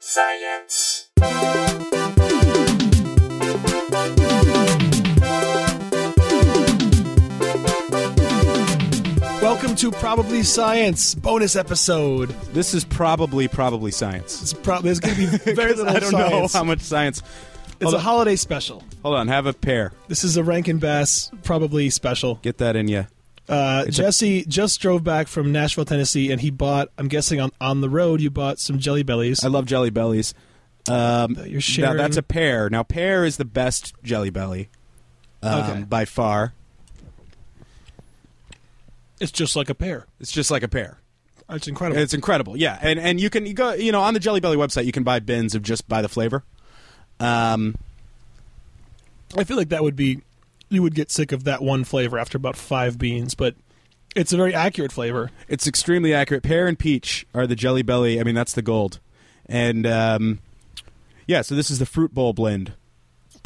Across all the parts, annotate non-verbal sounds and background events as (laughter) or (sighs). science. Welcome to Probably Science bonus episode. This is probably probably science. It's probably there's (laughs) going to be (laughs) very little I don't science. know how much science. it's Hold a on. holiday special. Hold on, have a pair. This is a Rankin Bass probably special. Get that in you. Uh, Jesse just drove back from Nashville, Tennessee, and he bought. I'm guessing on on the road you bought some jelly bellies. I love jelly bellies. Um, you're sharing- Now that's a pear. Now pear is the best jelly belly, um, Okay. by far. It's just like a pear. It's just like a pear. It's incredible. It's incredible. Yeah, and and you can you go you know on the Jelly Belly website you can buy bins of just by the flavor. Um, I feel like that would be you would get sick of that one flavor after about five beans, but it's a very accurate flavor. It's extremely accurate. Pear and peach are the Jelly Belly. I mean, that's the gold. And um, yeah, so this is the fruit bowl blend.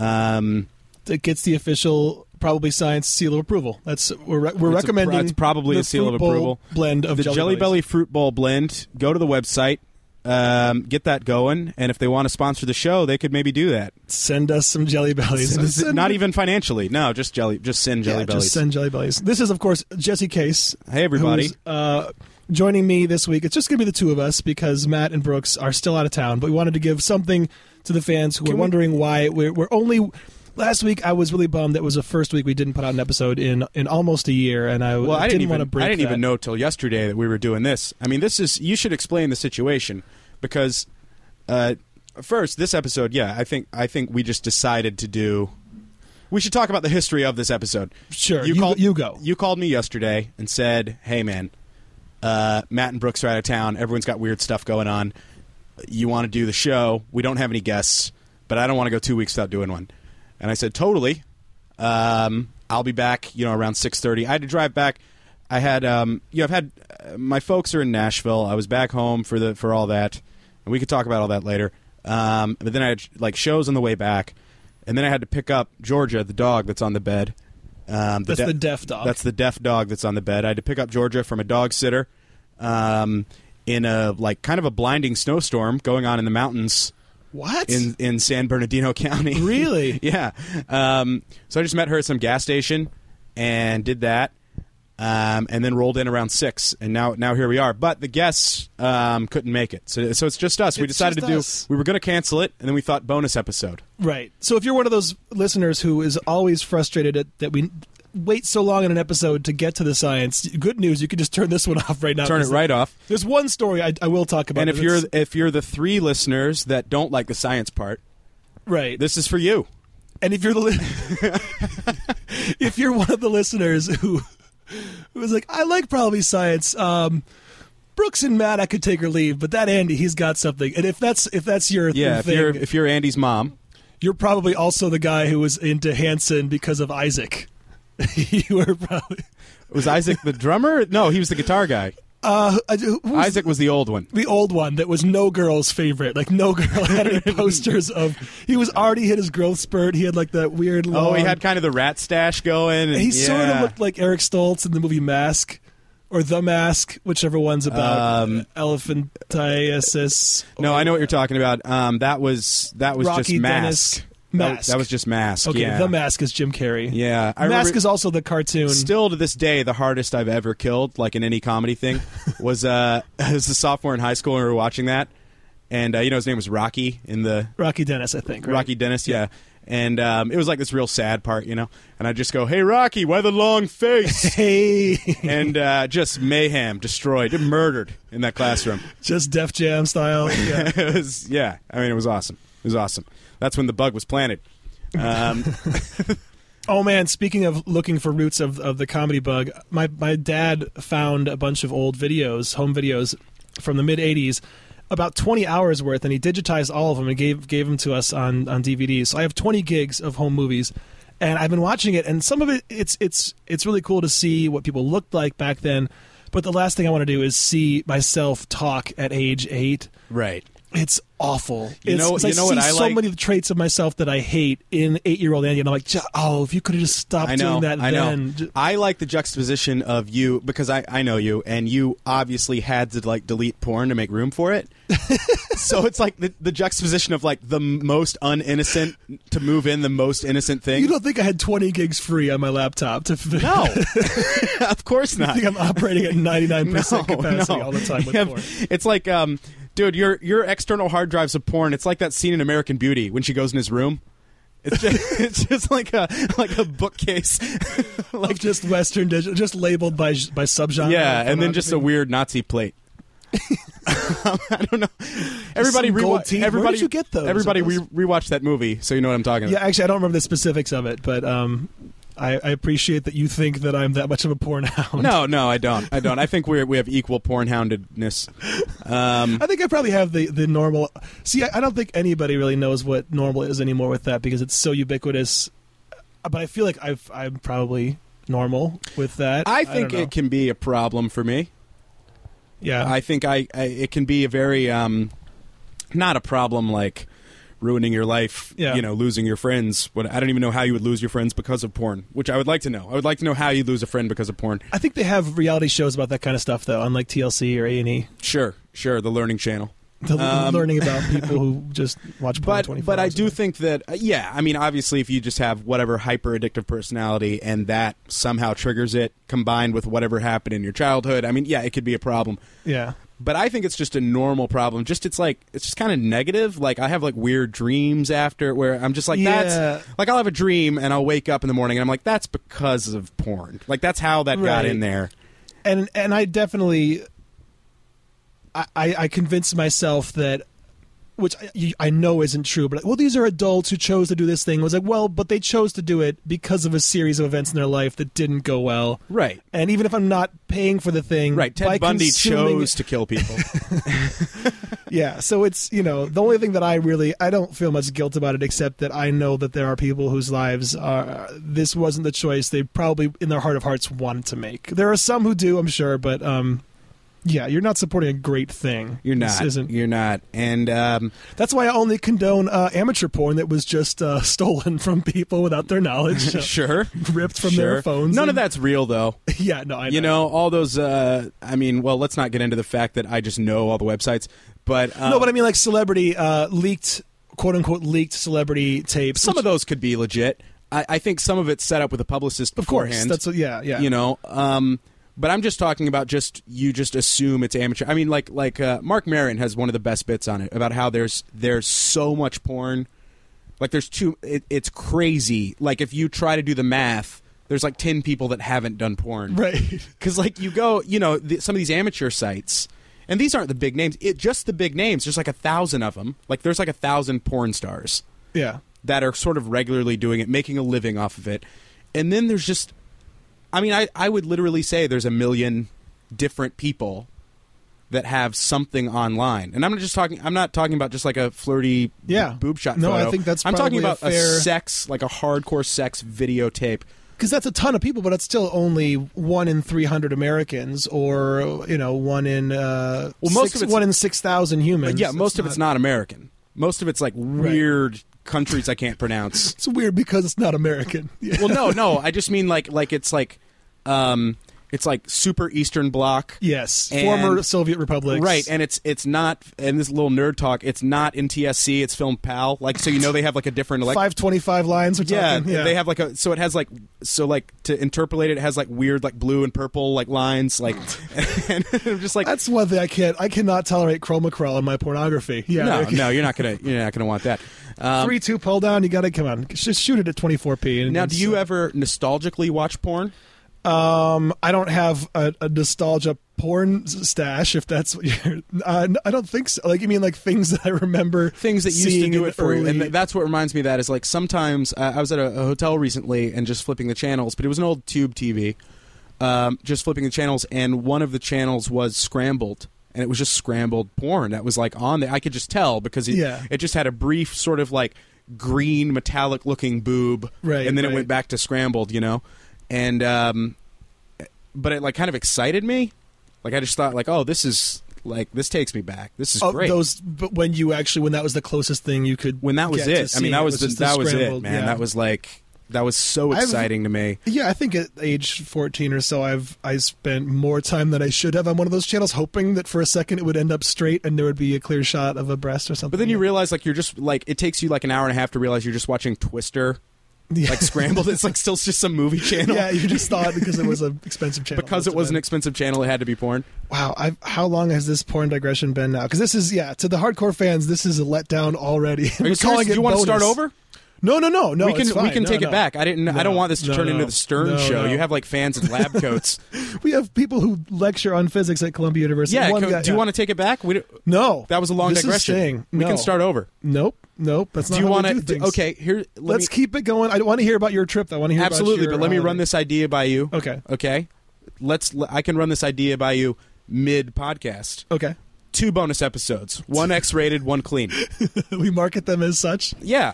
Um, It gets the official probably science seal of approval. That's we're re- we're It's a- recommending. it's probably the a seal of Fruit Bowl approval. blend of the Jelly, jelly, Bellies. Belly fruit bowl blend. Go to the website, um, get that going, and if they want to sponsor the show, they could maybe do that. Send us some jelly bellies. Send- Not even financially. No, just jelly. Just send yeah, Jelly Bellies. Just send jelly bellies. This is of course Jesse Case. Hey, everybody. who's, uh, joining me this week. It's just going to be the two of us because Matt and Brooks are still out of town. But we wanted to give something to the fans who are wondering why we're, we're only. Last week I was really bummed. That was the first week we didn't put out an episode in in almost a year, and I, well, I didn't, want to even, break. I didn't that. even know till yesterday that we were doing this. I mean, this is you should explain the situation because uh, first, this episode, yeah, I think I think we just decided to do. We should talk about the history of this episode. Sure, you- you go. You called me yesterday and said, "Hey, man, uh, Matt and Brooks are out of town. Everyone's got weird stuff going on. You want to do the show? We don't have any guests, but I don't want to go two weeks without doing one." And I said, "Totally. Um, I'll be back. You know, around six thirty. I had to drive back. I had, um, you know, I've had uh, my folks are in Nashville. I was back home for the for all that, and we could talk about all that later. Um, but then I had like shows on the way back, and then I had to pick up Georgia, the dog that's on the bed. Um, That's the deaf dog. That's the deaf dog that's on the bed. I had to pick up Georgia from a dog sitter um, in a like kind of a blinding snowstorm going on in the mountains what in in San Bernardino (laughs) County. Really? (laughs) yeah. Um, so I just met her at some gas station and did that, um, and then rolled in around six, and now now here we are. But the guests um, couldn't make it, so so it's just us. we It's decided just to do. us. We were going to cancel it, and then we thought bonus episode. right. So if you're one of those listeners who is always frustrated at, that we wait so long in an episode to get to the science, good news you can just turn this one (laughs) off right now. Turn it because right off. There's one story I, I will talk about. And if but you're it's- if you're the three listeners that don't like the science part, right, this is for you. And if you're the li- (laughs) if you're one of the listeners who who is like, I like probably science. Um, Brooks and Matt, I could take or leave, but that Andy, he's got something. And if that's if that's your Yeah, if thing, you're if you're Andy's mom, you're probably also the guy who was into Hanson because of Isaac. (laughs) you were probably was Isaac the drummer? No, he was the guitar guy. uh, who who was Isaac was the old one. the old one that was no girl's favorite. Like no girl (laughs) had (laughs) any posters of. He was already hit his growth spurt. He had like that weird. Oh, he long- had kind of the rat stash going. And, (laughs) He sort of yeah. looked like Eric Stoltz in the movie Mask, or The Mask, whichever one's about Um, elephantiasis. No, I know what you're talking about. Um, that was that was Rocky just mask. Dennis That- Mask. That, was just mask. Okay, yeah. The Mask is Jim Carrey. Yeah, I Mask remember- is also the cartoon. Still to this day, the hardest I've ever killed, like in any comedy (laughs) thing, was uh, (laughs) as a sophomore in high school. and We were watching that, and uh, you know his name was Rocky in the Rocky Dennis, I think. Right? Rocky Dennis, yeah. And um, it was like this real sad part, you know. And I just go, "Hey, Rocky, why the (laughs) long face?" Hey, and uh, just mayhem, destroyed, murdered in that classroom. (laughs) just Def Jam style. Yeah. it was, yeah, I mean, it was awesome. It was awesome. That's when the bug was planted. (laughs) Um, Oh man, speaking of looking for roots of, of the comedy bug, my my dad found a bunch of old videos, home videos from the mid '80s, about 20 hours worth, and he digitized all of them and gave gave them to us on on DVDs. So I have 20 gigs of home movies, and I've been watching it, and some of it it's it's it's really cool to see what people looked like back then. But the last thing I want to do is see myself talk at age eight right. It's awful. You It's- know- it's you know what I see I so like? many traits of myself that I hate in eight-year-old Andy, and I'm like, "J- oh, if you could have just stopped I know. doing that I know. then. J- I like the juxtaposition of you because I, I know you, and you obviously had to like delete porn to make (laughs) room for it. so it's like the, the juxtaposition of like the most uninnocent to move in the most innocent thing. You don't think I had 20 gigs free on my laptop to? (laughs) no, (laughs) of course not. I think I'm operating at 99 percent (laughs) No, capacity no. all the time with Yeah, porn. (laughs) It's like, um, dude, your your external hard drives of porn. It's like that scene in American Beauty when she goes in his room. It's just, (laughs) it's just like a like a bookcase, (laughs) Like like just Western digital, just labeled by by subgenre. yeah, and then just a pornography. weird Nazi plate. (laughs) I don't know. Everybody some gold rewatch. teeth. Where Everybody, did you get those? Everybody Are those- re- rewatched that movie, so you know what I'm talking Yeah, about. actually, I don't remember the specifics of it, but um, I, I appreciate that you think that I'm that much of a porn hound. No, no, I don't. I don't. I think we we have equal porn houndedness. (laughs) Um, I think I probably have the, the normal. See, I, I don't think anybody really knows what normal is anymore with that because it's so ubiquitous. uh, But I feel like I've, I'm probably normal with that. I don't think know. it can be a problem for me. Yeah. I think I, I it can be a very um, not a problem like ruining your life, Yeah. you know, losing your friends. What I don't even know how you would lose your friends because of porn, which I would like to know. I would like to know how you lose a friend because of porn. I think they have reality shows about that kind of stuff though, unlike TLC or A and E. Sure, sure, the learning channel. The Um, learning about people who just watch porn But 24 but I hours a do day. think that uh, yeah, I mean obviously if you just have whatever hyper addictive personality and that somehow triggers it combined with whatever happened in your childhood, I mean yeah, it could be a problem. yeah. but I think it's just a normal problem. Just it's like it's just kind of negative. Like I have like weird dreams after where I'm just like that's Yeah. like I'll have a dream and I'll wake up in the morning and I'm like that's because of porn. Like that's how that got Right. in there. and and I definitely, I I, I convinced myself that. Which I, you- I know isn't true, but like, well, these are adults who chose to do this thing. I was like, well, but they chose to do it because of a series of events in their life that didn't go well. Right. And even if I'm not paying for the thing, Right. Ted by Bundy consuming- chose to kill (laughs) people. Yeah, so it's you know the only thing that I really I don't feel much guilt about it, except that I know that there are people whose lives are this wasn't the choice they probably in their heart of hearts wanted to make. There are some who do, I'm sure, but um, yeah, you're not supporting a great thing. You're This not. isn't. You're not. And um, That's why I only condone uh, amateur porn that was just uh, (laughs) stolen from people without their knowledge, (laughs) (laughs) uh, sure. ripped from sure. their phones. None of and- that's real though. (laughs) Yeah, no, I know. You know, all those uh I mean, well, let's not get into the fact that I just know all the websites, but um, no, but I mean like celebrity uh, leaked, quote unquote leaked celebrity tapes. some which- of those could be legit. I, I think some of it's set up with a publicist of course, beforehand. that's what, yeah, yeah. you know um but i'm just talking about just you just assume it's amateur i mean like like uh, mark marin has one of the best bits on it about how there's there's so much porn like there's two it, it's crazy like if you try to do the math there's like 10 people that haven't done (laughs) porn right. because like you go you know th- some of these amateur sites and these aren't the big names it just the big names there's like a thousand of them like there's like a thousand porn stars Yeah. that are sort of regularly doing it, making a living off of it. And then there's just, I mean, I, I would literally say there's a million different people that have something online. And I'm just talking, I'm not talking about just like a flirty Yeah. boob shot No, I photo. think that's I'm talking probably about a fair- sex, like a hardcore sex videotape. because that's a ton of people, but it's still only one in three hundred Americans, or you know, one in uh, Well, most six- of it's- one in six thousand humans. But yeah, most of it's not American. Most of it's like weird countries I can't pronounce. It's weird because it's not American. (laughs) Yeah. well, no, no, I just mean like, like it's like, um, it's like super Eastern Bloc. Yes, And- former Soviet republics. Right, and it's it's not and this little nerd talk. It's not in TSC. It's Film Pal. Like so, you know they have like a different like five twenty-five lines. We're yeah, talking. Yeah, they have like a so it has like so like to interpolate it, it has like weird like blue and purple like lines (laughs) like and I'm just like That's one thing I can't. I cannot tolerate chroma crawl in my pornography. Yeah, no okay. no you're not gonna you're not gonna want that. Um, three two pull down. You got to come on. Just shoot it at twenty-four p. (laughs) now, do you ever nostalgically watch porn? Um, I don't have a, a nostalgia porn s- stash. If that's what you're, (laughs) uh, n- I don't think so. Like you mean like things that I remember, things that used to seeing do in it for you. early- And th- that's what reminds me of that is like sometimes uh, I was at a, a hotel recently and just flipping the channels, but it was an old tube TV, um, just flipping the channels, and one of the channels was scrambled. And it was just scrambled porn that was like on there. I could just tell because it, Yeah. it just had a brief sort of like green metallic looking boob, Right, and then it right. went back to scrambled, you know, and um, but it like kind of excited me. Like I just thought like, oh, this is Like this takes me back. This is Oh, great. those, but when you actually when that was the closest thing you could when that was get to it. I seeing mean, that was, just the, that was it, scrambled- man. yeah. That was like that was so I've- exciting to me. Yeah, I think at age 14 or so, I've I spent more time than I should have on one of those channels, hoping that for a second it would end up straight and there would be a clear shot of a breast or something. But then you realize like you're just like it takes you like an hour and a half to realize you're just watching Twister yeah. like scrambled. it's like still just some movie channel. (laughs) (laughs) yeah, you just thought because it was an expensive channel. because it that's was an about expensive channel, it had to be porn. Wow, I've, how long has this porn digression been now? Because this is yeah, to the hardcore fans, this is a letdown already. Are you We're calling serious? Do it you want to start bonus. over? No, no, no, no. we can it's fine. we can No, take no. it back. I didn't. I don't No, want this to no, turn no. into the Stern No, show. no. You have like fans in lab (laughs) coats. We have people who lecture on physics at Columbia University. yeah. One co- guy- do you yeah. want to take it back? We, don't- No, that was a long This is digression. staying. We No. can start over. Nope, nope. That's Do not you want wanna- to? d- Okay. Here. Let Let's me, keep it going. I want to hear about your trip. though. I want to hear about absolutely. your uh, But let me run holiday. this idea by you. Okay. Okay. Let's. l- I can run this idea by you mid podcast. Okay. (laughs) Two bonus episodes. One X rated. One clean. we market them as such. Yeah.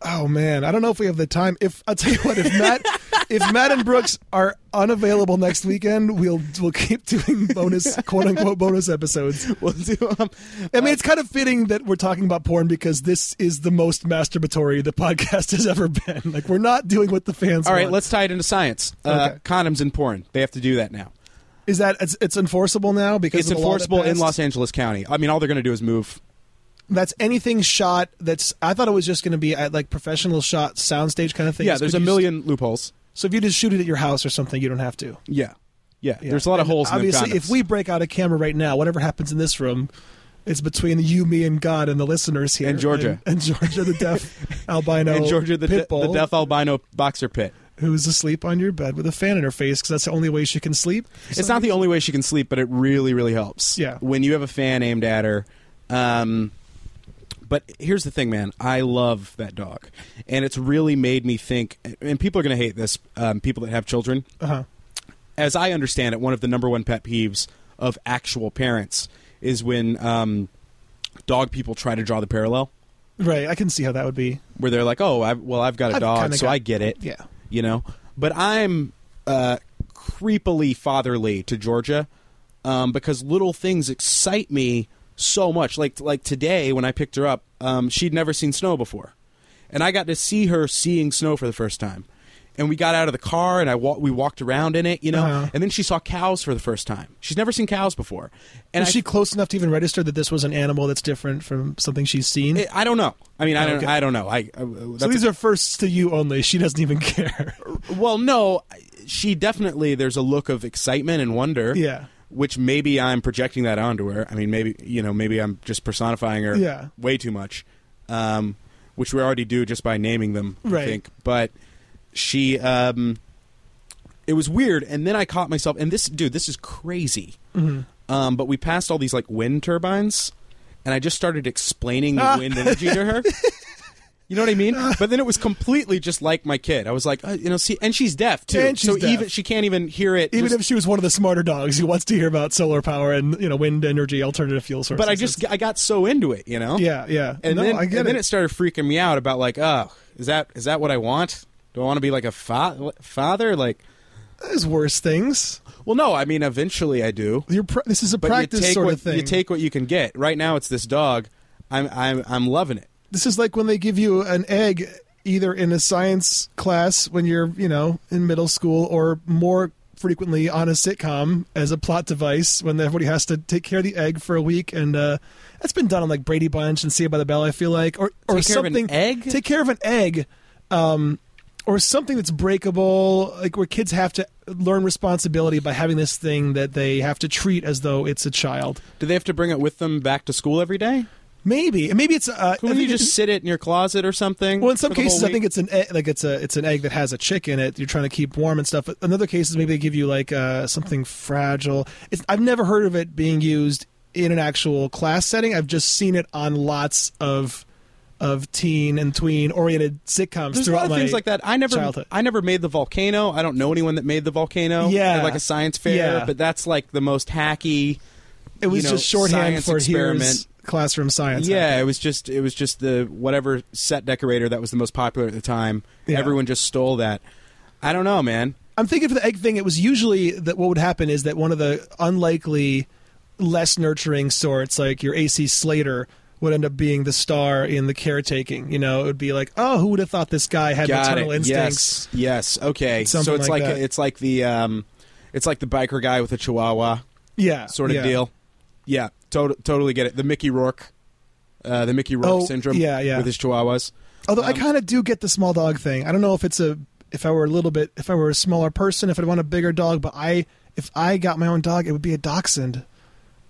Oh man, I don't know if we have the time. If I'll tell you what, if Matt, if Matt and Brooks are unavailable next weekend, we'll we'll keep doing bonus quote unquote bonus episodes. (laughs) We'll do. Um, I mean, it's kind of fitting that we're talking about porn because this is the most masturbatory the podcast has ever been. (laughs) Like we're not doing what the fans. all right. want. Let's tie it into science. Uh, Okay. Condoms and porn. They have to do that now. Is that it's, it's enforceable now because It's of the law that enforceable in passed? Los Angeles County. I mean, all they're going to do is move that's anything shot that's i thought it was just going to be at like professional shot soundstage kind of thing Yeah, Just there's could a you- million loopholes. so if you just shoot it at your house or something you don't have to Yeah. yeah, Yeah. There's a lot of And holes. obviously in them if we break out a camera right now whatever happens in this room it's between you me and god and the listeners here And Georgia. and, and georgia the (laughs) deaf albino and Georgia the, pit de- the bull deaf albino boxer pit. who's asleep on your bed with a fan in her face because that's the only way she can sleep It's not the only way she can sleep, but it really, really helps. Yeah. When you have a fan aimed at her. Um, but here's the thing, man. I love that dog, and it's really made me think. And people are going to hate this. Um, people that have children, uh-huh. as I understand it, one of the number one pet peeves of actual parents is when um, dog people try to draw the parallel. right i can see how that would be where they're like, "Oh, I've, well, I've got a I've dog, kinda so got- I get it," yeah you know. But I'm uh, creepily fatherly to Georgia um, because little things excite me so much. Like like today when I picked her up, um, she'd never seen snow before, and I got to see her seeing snow for the first time. And we got out of the car, and I wa- we walked around in it, you know. Uh-huh. And then she saw cows for the first time. She's never seen cows before, and is I she close enough to even register that this was an animal that's different from something she's seen I don't know. I mean, I don't. Oh, Okay. I don't know. I, I that's so these are firsts to you only. She doesn't even (laughs) care. Well, no, she definitely there's a look of excitement and wonder. Yeah. Which maybe I'm projecting that onto her. I mean, maybe you know, maybe I'm just personifying her. Yeah. Way too much, um, which we already do just by naming them. I Right. think, but she. Um, it was weird, and then I caught myself. And this dude, this is crazy. Mm-hmm. Um, but we passed all these like wind turbines, and I just started explaining the (laughs) Ah. wind energy to her. You know what (laughs) I mean? But then it was completely just like my kid. I was like, uh, you know, see, and she's deaf too, And she's so deaf. even she can't even hear it. Even just- if she was one of the smarter dogs who wants to hear about solar power and you know wind energy, alternative fuel sources. but I just I got so into it, you know. yeah, yeah. And no, then I get and it. then it started freaking me out about like, oh, is that is that what I want? Do I want to be like a fa- father? Like, There's worse things. well, no. I mean, eventually I do. You're pra- this is a But practice you take sort what of thing. you take what you can get. Right now, it's this dog. I'm I'm I'm loving it. this is like when they give you an egg, either in a science class when you're you know in middle school, or more frequently on a sitcom as a plot device when everybody has to take care of the egg for a week and uh that's been done on like Brady Bunch and Saved by the Bell I feel like or or Take care of an something egg? take care of an egg um or something that's breakable like where kids have to learn responsibility by having this thing that they have to treat as though it's a child Do they have to bring it with them back to school every day? maybe maybe it's uh, I Couldn't you think just sit it in your closet or something? Well, in some for the whole cases, I week? think it's an egg, like it's a it's an egg that has a chick in it. You're trying to keep warm and stuff. But in other cases, maybe they give you like uh, something fragile. It's, I've never heard of it being used in an actual class setting. I've just seen it on lots of of teen and tween oriented sitcoms There's a throughout lot of my things like that. I never, childhood. I never made the volcano. I don't know anyone that made the volcano. Yeah. At, like a science fair, Yeah. but that's like the most hacky. It was you know, just shorthand science for experiment. here's classroom science. yeah, it was just, it was just the whatever set decorator that was the most popular at the time. Yeah. Everyone just stole that. I don't know, man. I'm thinking for the egg thing, it was usually that what would happen is that one of the unlikely less nurturing sorts, like your AC Slater, would end up being the star in the caretaking. You know, it would be like, oh, who would have thought this guy had Got maternal it. instincts? Yes. Yes. Okay. so Something it's like like, that. it's like the um, it's like the biker guy with a chihuahua Yeah, sort of yeah. deal. Yeah. tot totally get it. The Mickey Rourke, uh, the Mickey Rourke Oh, syndrome. yeah, yeah. With his chihuahuas. Although I Um, kind of do get the small dog thing. I don't know if it's a if I were a little bit if I were a smaller person if I'd want a bigger dog, but I if I got my own dog, it would be a dachshund.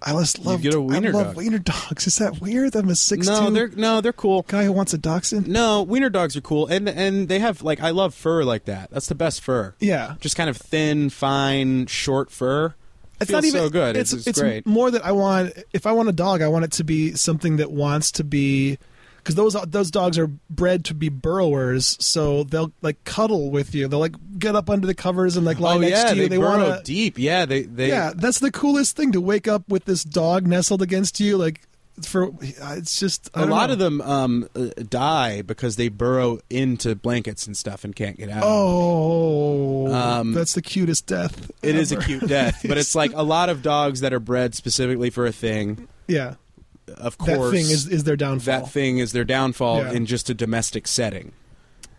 I just love get a wiener I love dog. wiener dogs. (laughs) Is that weird? I'm a six No, they're no, they're cool. guy who wants a dachshund. No, wiener dogs are cool, and and they have like I love fur like that. That's the best fur. Yeah, Just kind of thin, fine, short fur. it's Feels not even so good. It's it's, it's great. more that I want. If I want a dog, I want it to be something that wants to be. Because those those dogs are bred to be burrowers, so they'll like cuddle with you. They'll like get up under the covers and like lie oh next yeah, to you. they, burrow wanna- deep. Yeah, they they yeah, that's the coolest thing to wake up with this dog nestled against you. Like for it's just I A don't lot know. of them um, uh, die because they burrow into blankets and stuff and can't get out. Oh, Um, that's the cutest death. it is a ever. cute death, (laughs) but it's like a lot of dogs that are bred specifically for a thing. yeah, Of that course, thing is is their downfall. that thing is their downfall Yeah. in just a domestic setting.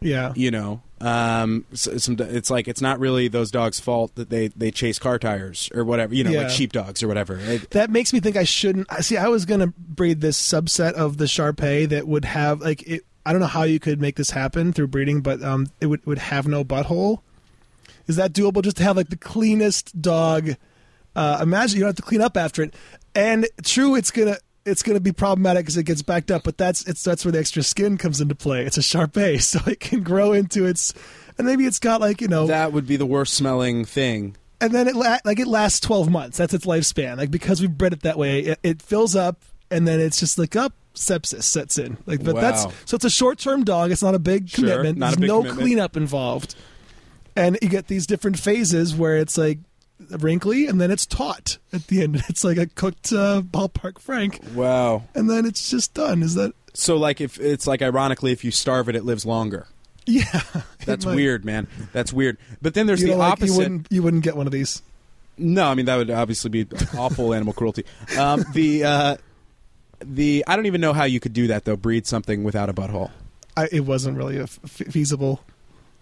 yeah, You know, um, so, some it's like it's not really those dogs' fault that they they chase car tires or whatever. You know, Yeah. like sheep dogs or whatever. It- that makes me think I shouldn't. I See, I was gonna breed this subset of the Shar Pei that would have like it. I don't know how you could make this happen through breeding, but um, it would would have no butthole. Is that doable? Just to have like the cleanest dog. Uh, imagine you don't have to clean up after it. And true, it's gonna it's gonna be problematic because it gets backed up. But that's it's that's where the extra skin comes into play. It's a Shar Pei, (laughs) so it can grow into its. And maybe it's got like you know that would be the worst smelling thing. and then it la- like it lasts 12 months that's its lifespan like because we bred it that way it, it fills up and then it's just like up sepsis sets in like but that's Wow. so it's a short-term dog it's not a big Sure, commitment not a there's big no commitment. cleanup involved and you get these different phases where it's like wrinkly and then it's taut at the end (laughs) it's like a cooked uh, ballpark frank Wow. and then it's just done is that (laughs) So like if it's like ironically if you starve it it lives longer. yeah That's It might- weird, man. That's weird. But then there's you the know, like, opposite. you wouldn't you wouldn't get one of these No, I mean that would obviously be awful (laughs) animal cruelty. Um, the uh, the I don't even know how you could do that though. Breed something without a butthole. I, it wasn't really a f- feasible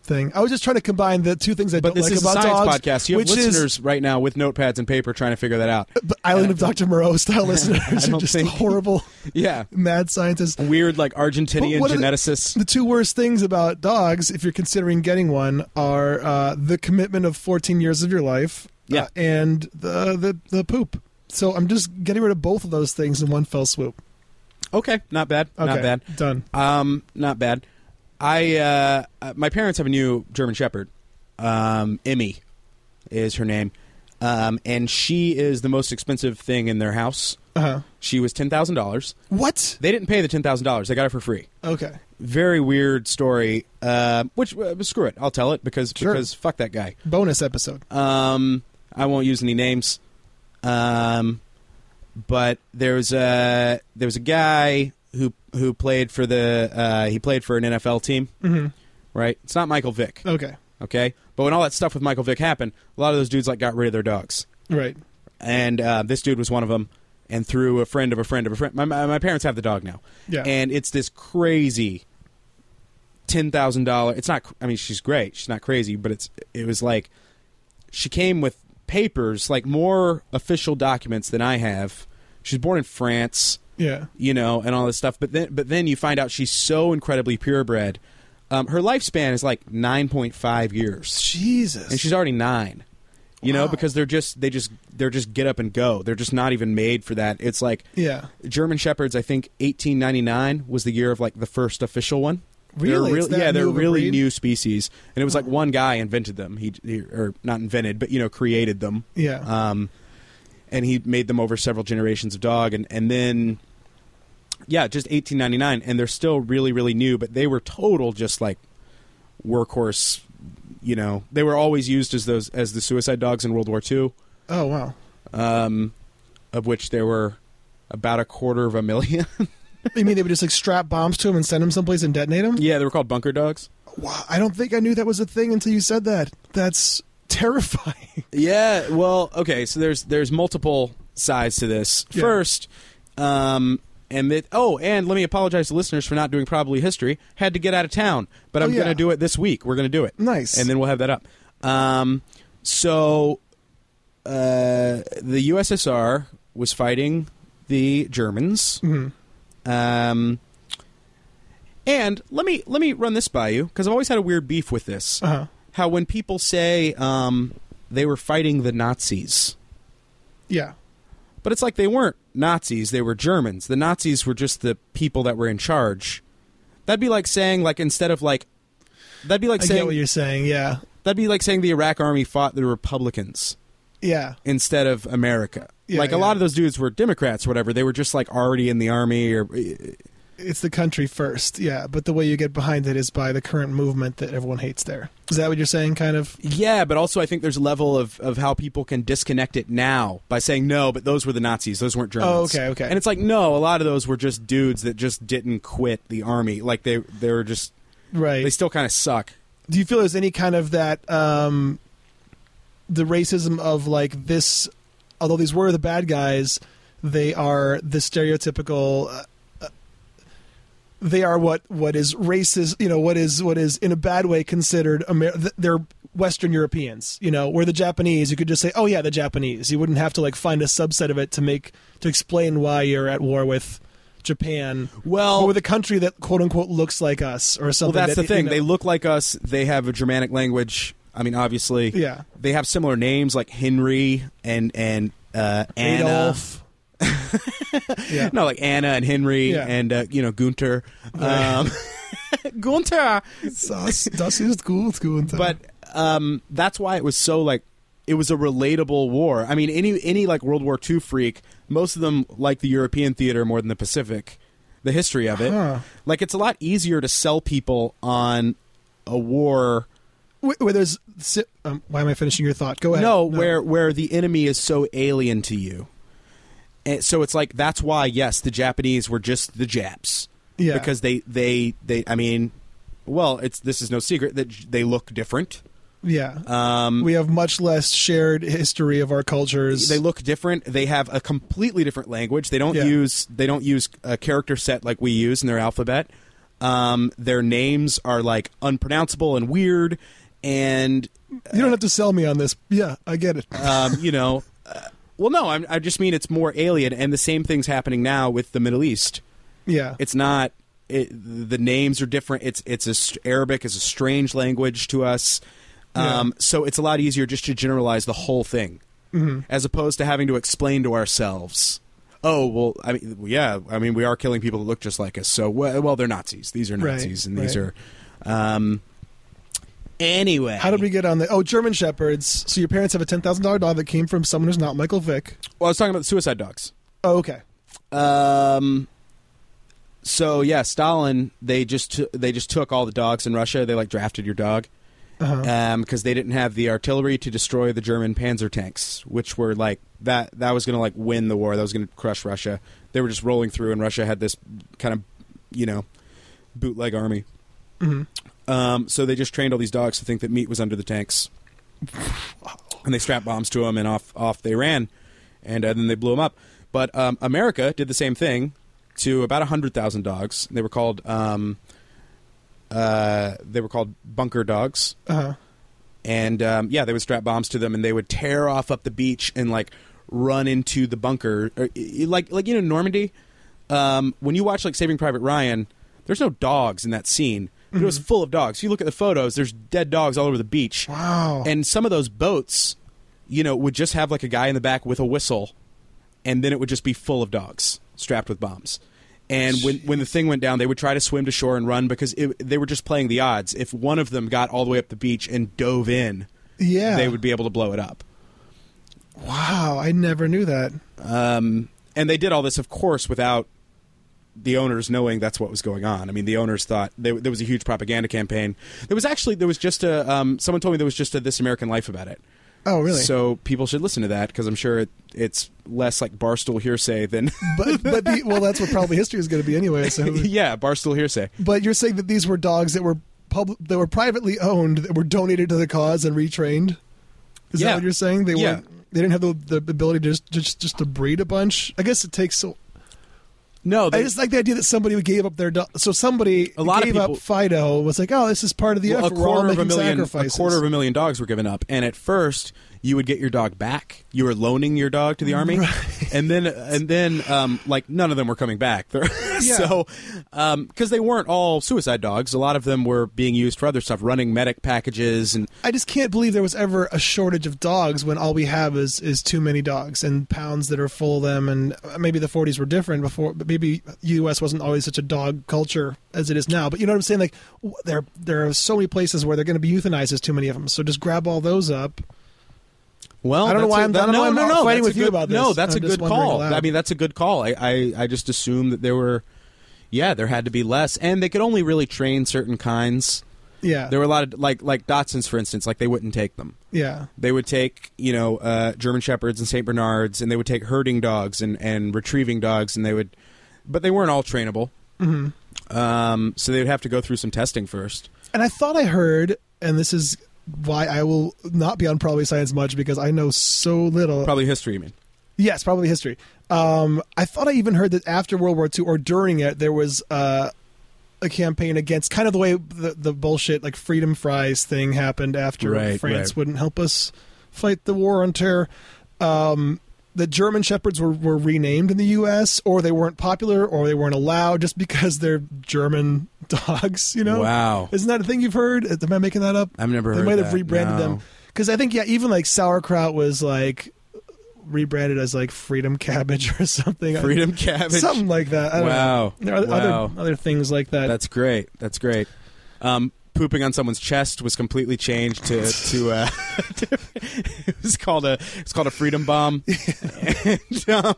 thing. I was just trying to combine the two things I But don't this like is a about science dogs, podcast. You have which is listeners right now with notepads and paper trying to figure that out. the Island of Dr. Moreau (laughs) style listeners are don't just (laughs) think- (laughs) horrible Yeah, mad scientists. weird like Argentinian But what are the- geneticists. The two worst things about dogs, if you're considering getting one, are uh, the commitment of 14 years of your life Yeah. uh, and the, the the poop. So I'm just getting rid of both of those things in one fell swoop. okay, not bad, Okay, not bad, Done. um, not bad. I uh, uh, my parents have a new German Shepherd. Um, Emmy is her name, um, and she is the most expensive thing in their house. Uh-huh. She was ten thousand dollars. What? They didn't pay the ten thousand dollars. They got it for free. Okay. Very weird story. Uh, which uh, screw it, I'll tell it because Sure. because fuck that guy. Bonus episode. Um, I won't use any names. Um, but there was a there was a guy who who played for the uh, he played for an NFL team. hmm Right, it's not Michael Vick. Okay. Okay, but when all that stuff with Michael Vick happened, a lot of those dudes like got rid of their dogs Right. and uh, this dude was one of them. And through a friend of a friend of a friend, my, my my parents have the dog now, Yeah. and it's this crazy ten thousand dollar. It's not. I mean, she's great. She's not crazy, but it's. It was like she came with papers, like more official documents than I have. She's born in France yeah. you know, and all this stuff. But then, but then you find out she's so incredibly purebred. Um, her lifespan is like nine point five years. Jesus. and she's already nine. You know, Wow. because they're just they just they're just get up and go. They're just not even made for that. It's like yeah. German shepherds. I think 1899 was the year of like the first official one. They're Really? real- It's that yeah, they're new of a really breed? new species, and it was like one guy invented them. He, he or not invented, but you know, created them. Yeah. Um, and he made them over several generations of dog, and and then, yeah, just 1899, and they're still really really new, but they were total just like workhorse. You know, they were always used as those as the suicide dogs in World War II, oh wow. um, of which there were about a quarter of a million. (laughs) You mean they would just like strap bombs to him and send him someplace and detonate him? yeah, they were called bunker dogs. Wow, I don't think I knew that was a thing until you said that. That's terrifying. (laughs) Yeah, well, okay, so there's there's multiple sides to this Yeah. first. Um, and that oh, and let me apologize to listeners for not doing probably history. Had to get out of town, but Oh, I'm yeah. going to do it this week. We're going to do it. Nice. and then we'll have that up. Um, so uh, the USSR was fighting the Germans. Mm-hmm. Um, and let me let me run this by you because I've always had a weird beef with this. Uh-huh. How when people say um, they were fighting the Nazis, Yeah. but it's like they weren't Nazis; they were Germans. The Nazis were just the people that were in charge. That'd be like saying like instead of like that'd be like I get what saying you're saying. Yeah. that'd be like saying the Iraq Army fought the Republicans Yeah. instead of America. Yeah, like yeah. a lot of those dudes were Democrats or whatever. They were just like already in the army or It's the country first. Yeah. But the way you get behind it is by the current movement that everyone hates there. Is that what you're saying, kind of? Yeah, but also I think there's a level of, of how people can disconnect it now by saying no, but those were the Nazis, those weren't Germans. Oh, okay, okay. And it's like no, a lot of those were just dudes that just didn't quit the army. Like they they were just Right. they still kind of suck. do you feel there's any kind of that um the racism of like this although these were the bad guys they are the stereotypical uh, uh, they are what what is racist you know what is what is in a bad way considered Amer- th- they're western europeans you know where the japanese you could just say oh yeah the japanese you wouldn't have to like find a subset of it to make to explain why you're at war with japan Well- or with a country that quote unquote looks like us or Well, something that's that, the thing. you know- They look like us. They have a Germanic language. I mean, obviously, Yeah. They have similar names like Henry and and uh, Anna. Adolf. yeah. (laughs) No, like Anna and Henry Yeah. and uh, you know Gunter. (laughs) Um, (laughs) Gunter. Das, das ist gut, gut. but um, that's why it was so like it was a relatable war. I mean, any any like World War II freak, most of them like the European theater more than the Pacific, the history of it. Huh. Like it's a lot easier to sell people on a war. where, where there's si- um, why am I finishing your thought? Go ahead. No, where where the enemy is so alien to you. And so it's like that's why yes, the Japanese were just the Japs. Yeah. Because they they they I mean, well, it's this is no secret that j- they look different. yeah, Um we have much less shared history of our cultures. they look different. They have a completely different language. They don't Yeah. use they don't use a character set like we use in their alphabet. Um, their names are like unpronounceable and weird, and you don't have to sell me on this. Yeah, I get it. um, you know, (laughs) uh, well, no, I'm, I just mean it's more alien. And the same thing's happening now with the Middle East. Yeah, It's not. It, the names are different. It's it's a, str- Arabic is a strange language to us, um, so it's a lot easier just to generalize the whole thing, Mm-hmm. as opposed to having to explain to ourselves. Oh well, I mean, yeah, I mean, we are killing people that look just like us. So well, well they're Nazis. These are Right, Nazis, and these right. are. Um, anyway, how did we get on the? Oh, German shepherds. So your parents have a ten thousand dollar dog that came from someone who's not Michael Vick. Well, I was talking about the suicide dogs. Oh, okay. Um. So yeah, Stalin. They just t- they just took all the dogs in Russia. They like drafted your dog Uh-huh. because they didn't have the artillery to destroy the German Panzer tanks, which were like that. That was gonna like win the war. That was gonna crush Russia. They were just rolling through, and Russia had this kind of you know bootleg army. Um, so they just trained all these dogs to think that meat was under the tanks, and they strapped bombs to them, and off off they ran, and uh, then they blew them up. But um, America did the same thing to about hundred thousand dogs. They were called um, uh, they were called bunker dogs, Uh-huh. and um, yeah, they would strap bombs to them, and they would tear off up the beach and like run into the bunker, or, y- y- like like you know Normandy. Um, when you watch like Saving Private Ryan, there's no dogs in that scene, but it was full of dogs. If you look at the photos, there's dead dogs all over the beach, Wow. and some of those boats, you know, would just have like a guy in the back with a whistle, and then it would just be full of dogs strapped with bombs. And when, when the thing went down, they would try to swim to shore and run because it, they were just playing the odds. If one of them got all the way up the beach and dove in, yeah. they would be able to blow it up. Wow, I never knew that. Um, and they did all this, of course, without the owners knowing that's what was going on. I mean, the owners thought they, there was a huge propaganda campaign. There was actually there was just a um, someone told me there was just a This American Life about it. Oh, really? So people should listen to that because I'm sure it, it's less like barstool hearsay than but but the, well, that's what probably history is going to be anyway. (laughs) So who- yeah barstool hearsay. But you're saying that these were dogs that were public, that were privately owned, that were donated to the cause and retrained. Is Yeah. that what you're saying? They Yeah. weren't. they didn't have the, the ability to just, just just to breed a bunch. I guess it takes so. No, I they, just like the idea that somebody gave up their do- so somebody A lot of gave people- up Fido was like, oh, this is part of the well, a effort. We're all quarter of a making million, sacrifices. a quarter of a million dogs were given up, and at first you would get your dog back. You were loaning your dog to the army, and then and then um, like none of them were coming back. (laughs) They're- So because they weren't all suicide dogs, a lot of them were being used for other stuff, running medic packages and I just can't believe there was ever a shortage of dogs when all we have is is too many dogs and pounds that are full of them. And uh, maybe the 40s were different before, but maybe U.S. wasn't always such a dog culture as it is now. But you know what I'm saying? Like w- there there are so many places where they're going to be euthanized as too many of them. So just grab all those up. Well, I don't know that's why a- I'm- I that- don't know no, why I'm no, no, fighting that's a with you good- about No, this. that's a I'm just good wondering call. aloud. I mean, that's a good call. I, I, I just assumed that there were, yeah, there had to be less, and they could only really train certain kinds. Yeah, There were a lot of like like Dotsons, for instance. Like they wouldn't take them. yeah. They would take you know uh, German shepherds and Saint Bernards, and they would take herding dogs and and retrieving dogs, and they would, but they weren't all trainable. hmm Um, so they would have to go through some testing first. And I thought I heard, and this is why I will not be on probably science much because I know so little. Probably history, you mean? Yes, probably history. Um, I thought I even heard that after World War II or during it, there was uh, a campaign against kind of the way the, the bullshit like freedom fries thing happened after Right, France right. wouldn't help us fight the war on terror. Um, the German shepherds were, were renamed in the U.S. or they weren't popular or they weren't allowed just because they're German (laughs) dogs. You know, Wow, isn't that a thing you've heard? Am I making that up? I've never. They heard might have that, rebranded no. them because I think yeah, even like sauerkraut was like rebranded as like freedom cabbage or (laughs) something, Freedom Cabbage. something like that. I don't know. Wow. There are wow. other other things like that. That's great. That's great. Um, pooping on someone's chest was completely changed to to uh, (laughs) it was called a it's called a (laughs) freedom bomb and, um,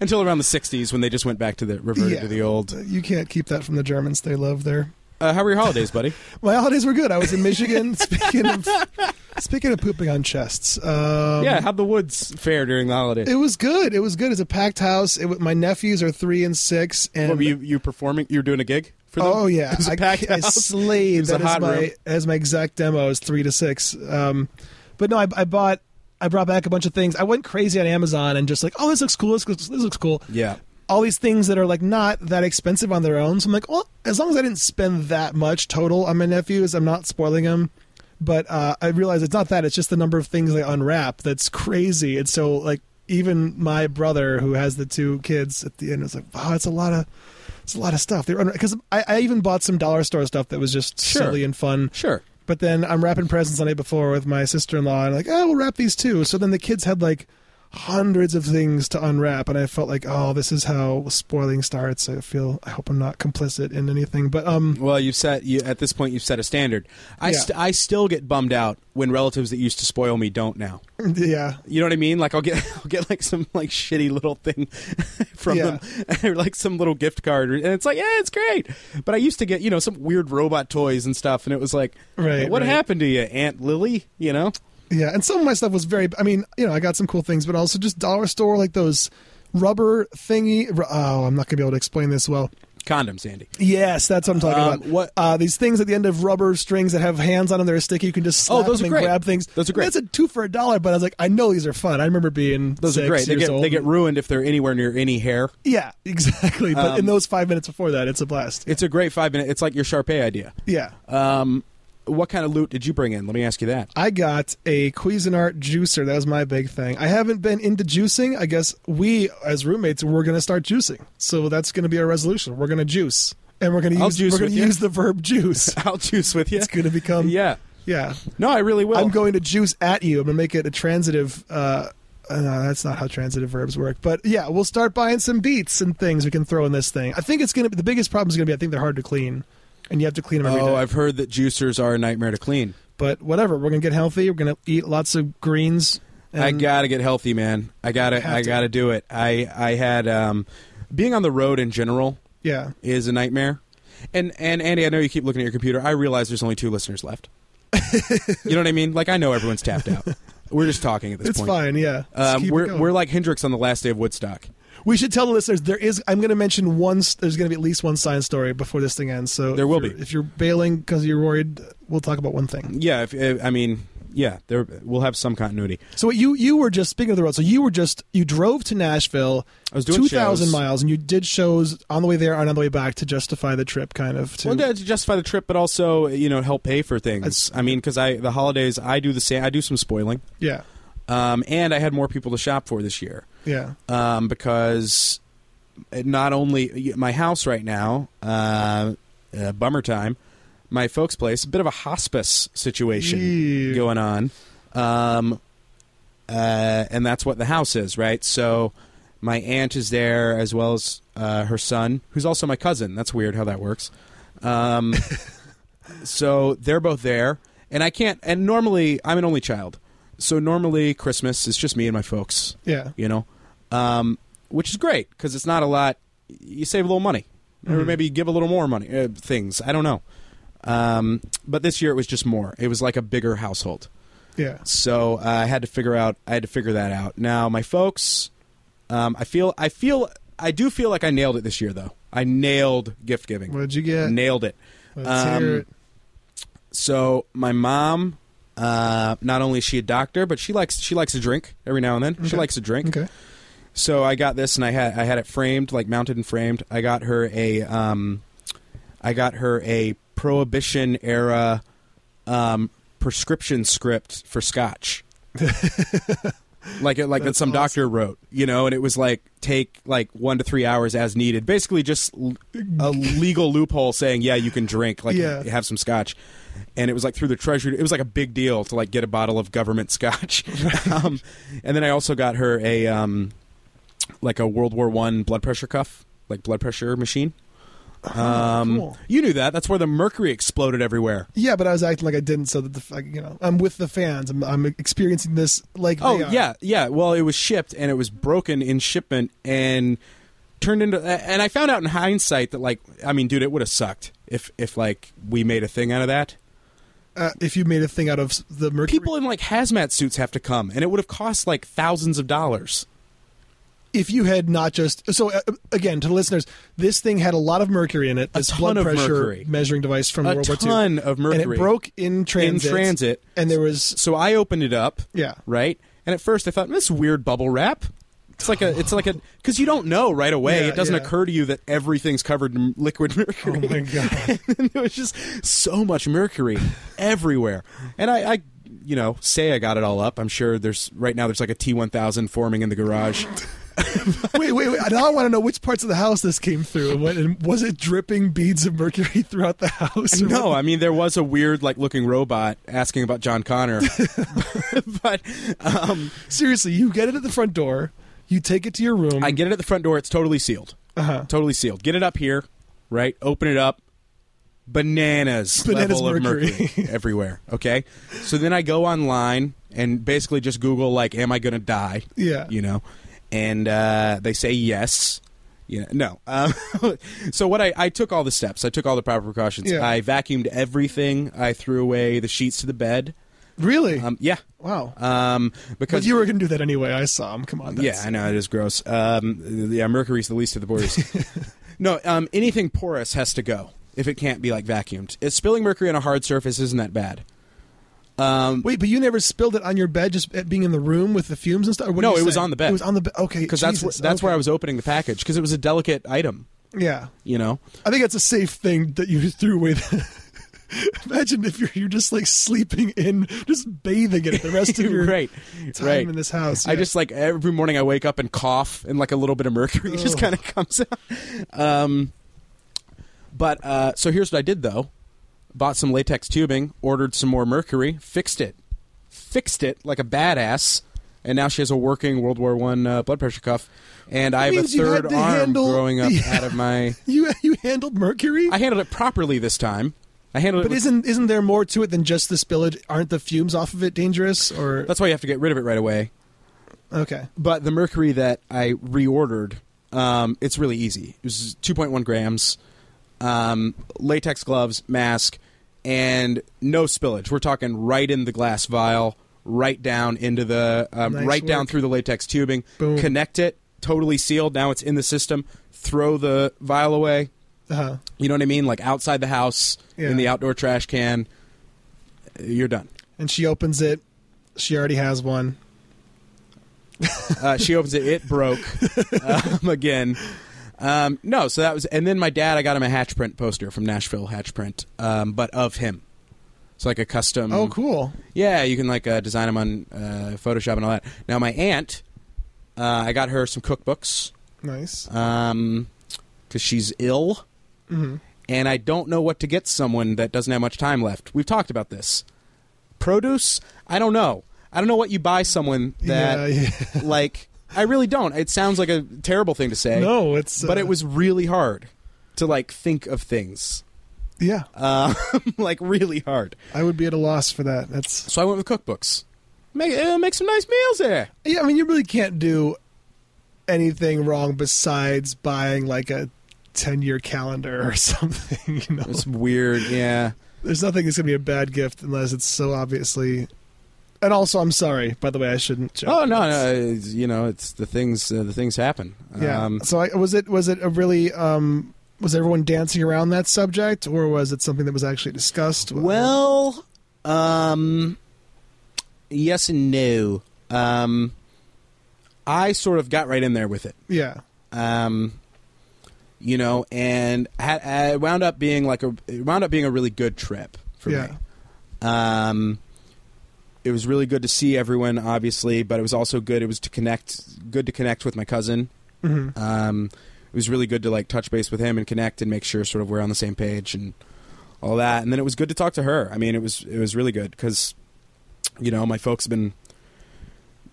until around the '60s when they just went back to the reverted Yeah. to the old. you can't keep that from the Germans. They love their. Uh, how were your holidays, buddy? My holidays were good. I was in (laughs) Michigan. speaking of speaking of pooping on chests, um, yeah, how'd the woods fare during the holidays? it was good. It was good. It's a packed house. It, wa- my nephews are three and six, and What were you you performing? You were doing a gig for them? Oh yeah, (laughs) it was a I- packed I, house. slayed. It was That a is hot my room. as my exact demo is three to six. Um, but no, I, I bought. I brought back a bunch of things. I went crazy on Amazon and just like, oh, this looks cool. This looks, this looks cool. Yeah, All these things that are like not that expensive on their own. So I'm like, well, as long as I didn't spend that much total on my nephews, I'm not spoiling them. But uh, I realize it's not that. It's just the number of things I unwrap that's crazy. And so like even my brother who has the two kids at the end was like, wow, it's a lot of it's a lot of stuff. They're because I, I even bought some dollar store stuff that was just Sure. silly and fun. sure. But then I'm wrapping presents the night before with my sister in law, and like, oh, we'll wrap these too. So then the kids had like hundreds of things to unwrap, and I felt like, oh, this is how spoiling starts. I feel I hope I'm not complicit in anything, but um, (laughs) Well, you've set you at this point you've set a standard. I Yeah. st- I still get bummed out when relatives that used to spoil me don't now. yeah, You know what I mean? Like I'll get (laughs) I'll get like some like shitty little thing (laughs) from Yeah. them, (laughs) or like some little gift card, and it's like yeah, it's great. But I used to get you know some weird robot toys and stuff, and it was like, Right, what right. happened to you, Aunt Lily? You know? yeah. And some of my stuff was very. I mean, you know, I got some cool things, but also just dollar store like those rubber thingy. Oh, I'm not gonna be able to explain this well. Condoms, Andy. Yes, that's what I'm talking Um, about. what- uh, these things at the end of rubber strings that have hands on them that are sticky? You can just slap Oh, those them are and great. grab things. Those are great. That's a two for a dollar. But I was like, I know these are fun. I remember being Those six are great. They years get old. they get ruined if they're anywhere near any hair. yeah, (laughs) exactly. But Um, in those five minutes before that, it's a blast. It's a great five minute. It's like your Sharpay idea. Yeah, Um, what kind of loot did you bring in? Let me ask you that. (laughs) I got a Cuisinart juicer. That was my big thing. I haven't been into juicing. I guess we as roommates we're going to start juicing. So that's going to be our resolution. We're going to juice, and we're going to I'll use juice we're going to with you. use the verb (laughs) juice. I'll juice with you. It's going to become Yeah. yeah. No, I really will. I'm going to juice at you. I'm going to make it a transitive. Uh, uh, no, that's not how transitive verbs work. But yeah, we'll start buying some beets and things we can throw in this thing. I think it's going to be the biggest problem is going to be I think they're hard to clean, and you have to clean them every day. oh, I've heard that juicers are a nightmare to clean. But whatever, we're going to get healthy. We're going to eat lots of greens. And I gotta get healthy, man. I gotta, Have I to. gotta do it. I, I had, um, being on the road in general yeah. is a nightmare. And and Andy, I know you keep looking at your computer. I realize there's only two listeners (laughs) left. you know what I mean? Like I know everyone's tapped out. We're just talking at this It's point. fine, yeah. Just Um, keep it we're going. we're like Hendrix on the last day of Woodstock. we should tell the listeners there is. I'm going to mention one. s- There's going to be at least one science story before this thing ends. So There if will you're- be. If you're bailing because you're worried, we'll talk about one thing. Yeah, if, if, I mean, yeah, there we'll have some continuity. So you you were just speaking of the road. So you were just you drove to Nashville, I was doing two thousand shows. miles, and you did shows on the way there and on the way back to justify the trip, kind of. To, Well, yeah, to justify the trip, but also you know help pay for things. That's- I mean, because I the holidays I do the same. I do some spoiling, yeah, um, and I had more people to shop for this year. yeah. um, because it not only my house right now, uh, uh, bummer time, my folks' place, a bit of a hospice situation Yeah. going on, um, uh, and that's what the house is, right? So my aunt is there as well as uh, her son, who's also my cousin. That's weird how that works. Um, so they're both there, and I can't. And normally, I'm an only child. So normally Christmas is just me and my folks Yeah. you know, um, which is great because it's not a lot. You save a little money, or maybe you give a little more money. Uh, things I don't know, um, but this year it was just more. It was like a bigger household, Yeah. so uh, I had to figure out. I had to figure that out. Now my folks, um, I feel, I feel, I do feel like I nailed it this year though. I nailed gift giving. What did you get? Nailed it. Let's Um, hear it. So my mom, uh, not only is she a doctor, but she likes she likes a drink every now and then. She Okay. likes a drink. Okay. So I got this, and I had I had it framed, like mounted and framed. I got her a, um, I got her a Prohibition era, um, prescription script (laughs) for Scotch. like it, like that That's some awesome. doctor wrote, you know, and it was like take like one to three hours as needed. Basically, just l- (laughs) a legal loophole saying, yeah, you can drink, like Yeah. have some Scotch. And it was like through the treasury. It was like a big deal to like get a bottle of (laughs) government Scotch. um, and then I also got her a um, like a World War One blood pressure cuff, like blood pressure machine. Um, cool. You knew that. That's where the mercury exploded everywhere. Yeah, but I was acting like I didn't, so that the like, you know I'm with the fans. I'm, I'm experiencing this like. Oh they are. yeah, yeah. Well, it was shipped and it was broken in shipment and turned into. And I found out in hindsight that like, I mean, dude, it would have sucked if if like we made a thing out of that. Uh, if you made a thing out of s- the mercury, People in like hazmat suits have to come, and it would have cost like thousands of dollars. if you had not just so uh, again to the listeners, this thing had a lot of mercury in it. This ton blood of pressure mercury. measuring device from A World War II, ton of mercury. and it broke in transit. in transit. and there was So I opened it up. yeah, right? And at first I thought this is weird bubble wrap. It's like a, it's like a, because you don't know right away. Yeah, it doesn't yeah. occur to you that everything's covered in liquid (laughs) mercury. Oh my (laughs) God. and there was just so much mercury everywhere. And I, I, you know, say I got it all up. I'm sure there's right now. There's like a T1000 forming in (laughs) the garage. wait, wait, wait. Now I want to know which parts of the house this came through. And, what, and was it dripping beads of mercury (laughs) throughout the house? Or no, what? I mean there was a weird like looking robot asking about (laughs) John Connor, (laughs) but um, seriously, you get it at the front door. You take it to your room. I get it at the front door. It's totally sealed. uh-huh. totally sealed. Get it up here, right? Open it up. Bananas, Bananas level mercury. of (laughs) mercury everywhere. Okay, so then I go online and basically just Google like, "Am I going to die?" Yeah. you know, and uh, they say yes. You know, no. Um, (laughs) so what I, I took all the steps. I took all the proper precautions. Yeah. I vacuumed everything. I threw away the sheets to the bed. Really? Um, yeah, wow. um, But because you were going to do that anyway. I saw him. Come on. yeah, That's, I know it is gross. Um, yeah, mercury's the least of (laughs) the worries. no, um, anything porous has to go if it can't be like vacuumed. It's spilling mercury on a hard surface isn't that bad. Um, Wait, but you never spilled it on your bed, just at being in the room with the fumes and stuff. Or what No, did you it was say? on the bed. It was on the bed. Okay, because that's where, Jesus, that's okay. where I was opening the package because it was a delicate item. Yeah, You know, I think that's a safe thing that you (laughs) threw away. The- Imagine if you're you're just like sleeping in, just bathing in it the rest of (laughs) your right, time right. in this house. I yeah. just like every morning I wake up and cough and like a little bit of mercury (laughs) just Ugh. kind of comes out. Um, but uh, so here's what I did though: bought some latex tubing, ordered some more mercury, fixed it, fixed it like a badass, and now she has a working World War One uh, blood pressure cuff, and I have a means you had third to arm handle growing up the- out of my. you (laughs) you handled mercury. I handled it properly this time. I handled it. but with- isn't isn't there more to it than just the spillage? Aren't the fumes off of it dangerous? Or that's why you have to get rid of it right away. okay, but the mercury that I reordered, um, it's really easy. It was 2.1 grams, um, latex gloves, mask, and no spillage. We're talking right in the glass vial, right down into the, um, Nice right down work. through the latex tubing. Boom. Connect it, totally sealed. Now it's in the system. Throw the vial away. uh-huh. You know what I mean? Like outside the house, Yeah. in the outdoor trash can. You're done. and she opens it She already has one. Uh, she opens it. It broke (laughs) um, again. Um, no, so that was, and then my dad, I got him a hatch print poster from Nashville Hatch Print, um, but of him. It's like a custom. Oh, cool. Yeah, you can like uh, design them on uh, Photoshop and all that. Now my aunt, uh, I got her some cookbooks Nice. because um, she's ill, hmm and I don't know what to get someone that doesn't have much time left. We've talked about this. Produce, I don't know. I don't know what you buy someone that yeah, yeah. (laughs) like. I really don't. It sounds like a terrible thing to say, No, it's. but uh, it was really hard to like think of things, Yeah, uh, (laughs) like really hard. I would be at a loss for that. That's. So I went with cookbooks. Make uh, make some nice meals there. Yeah, I mean, you really can't do anything wrong besides buying like a ten-year calendar or (laughs) something. You know, It's weird, yeah. there's nothing that's gonna be a bad gift unless it's so obviously. And also, I'm sorry. By the way, I shouldn't. Joke. Oh no, no, it's, you know, it's the things uh, the things happen. Yeah. Um, so I, was it was it a really um, was everyone dancing around that subject, or was it something that was actually discussed? well, um, yes and no. Um, I sort of got right in there with it. yeah, Um, you know, and had, I wound up being like a it wound up being a really good trip for yeah, me. Um, it was really good to see everyone, obviously, but it was also good. It was to connect, good to connect with my cousin. hmm Um, it was really good to like touch base with him and connect and make sure sort of we're on the same page and all that. And then it was good to talk to her. I mean, it was it was really good because you know my folks have been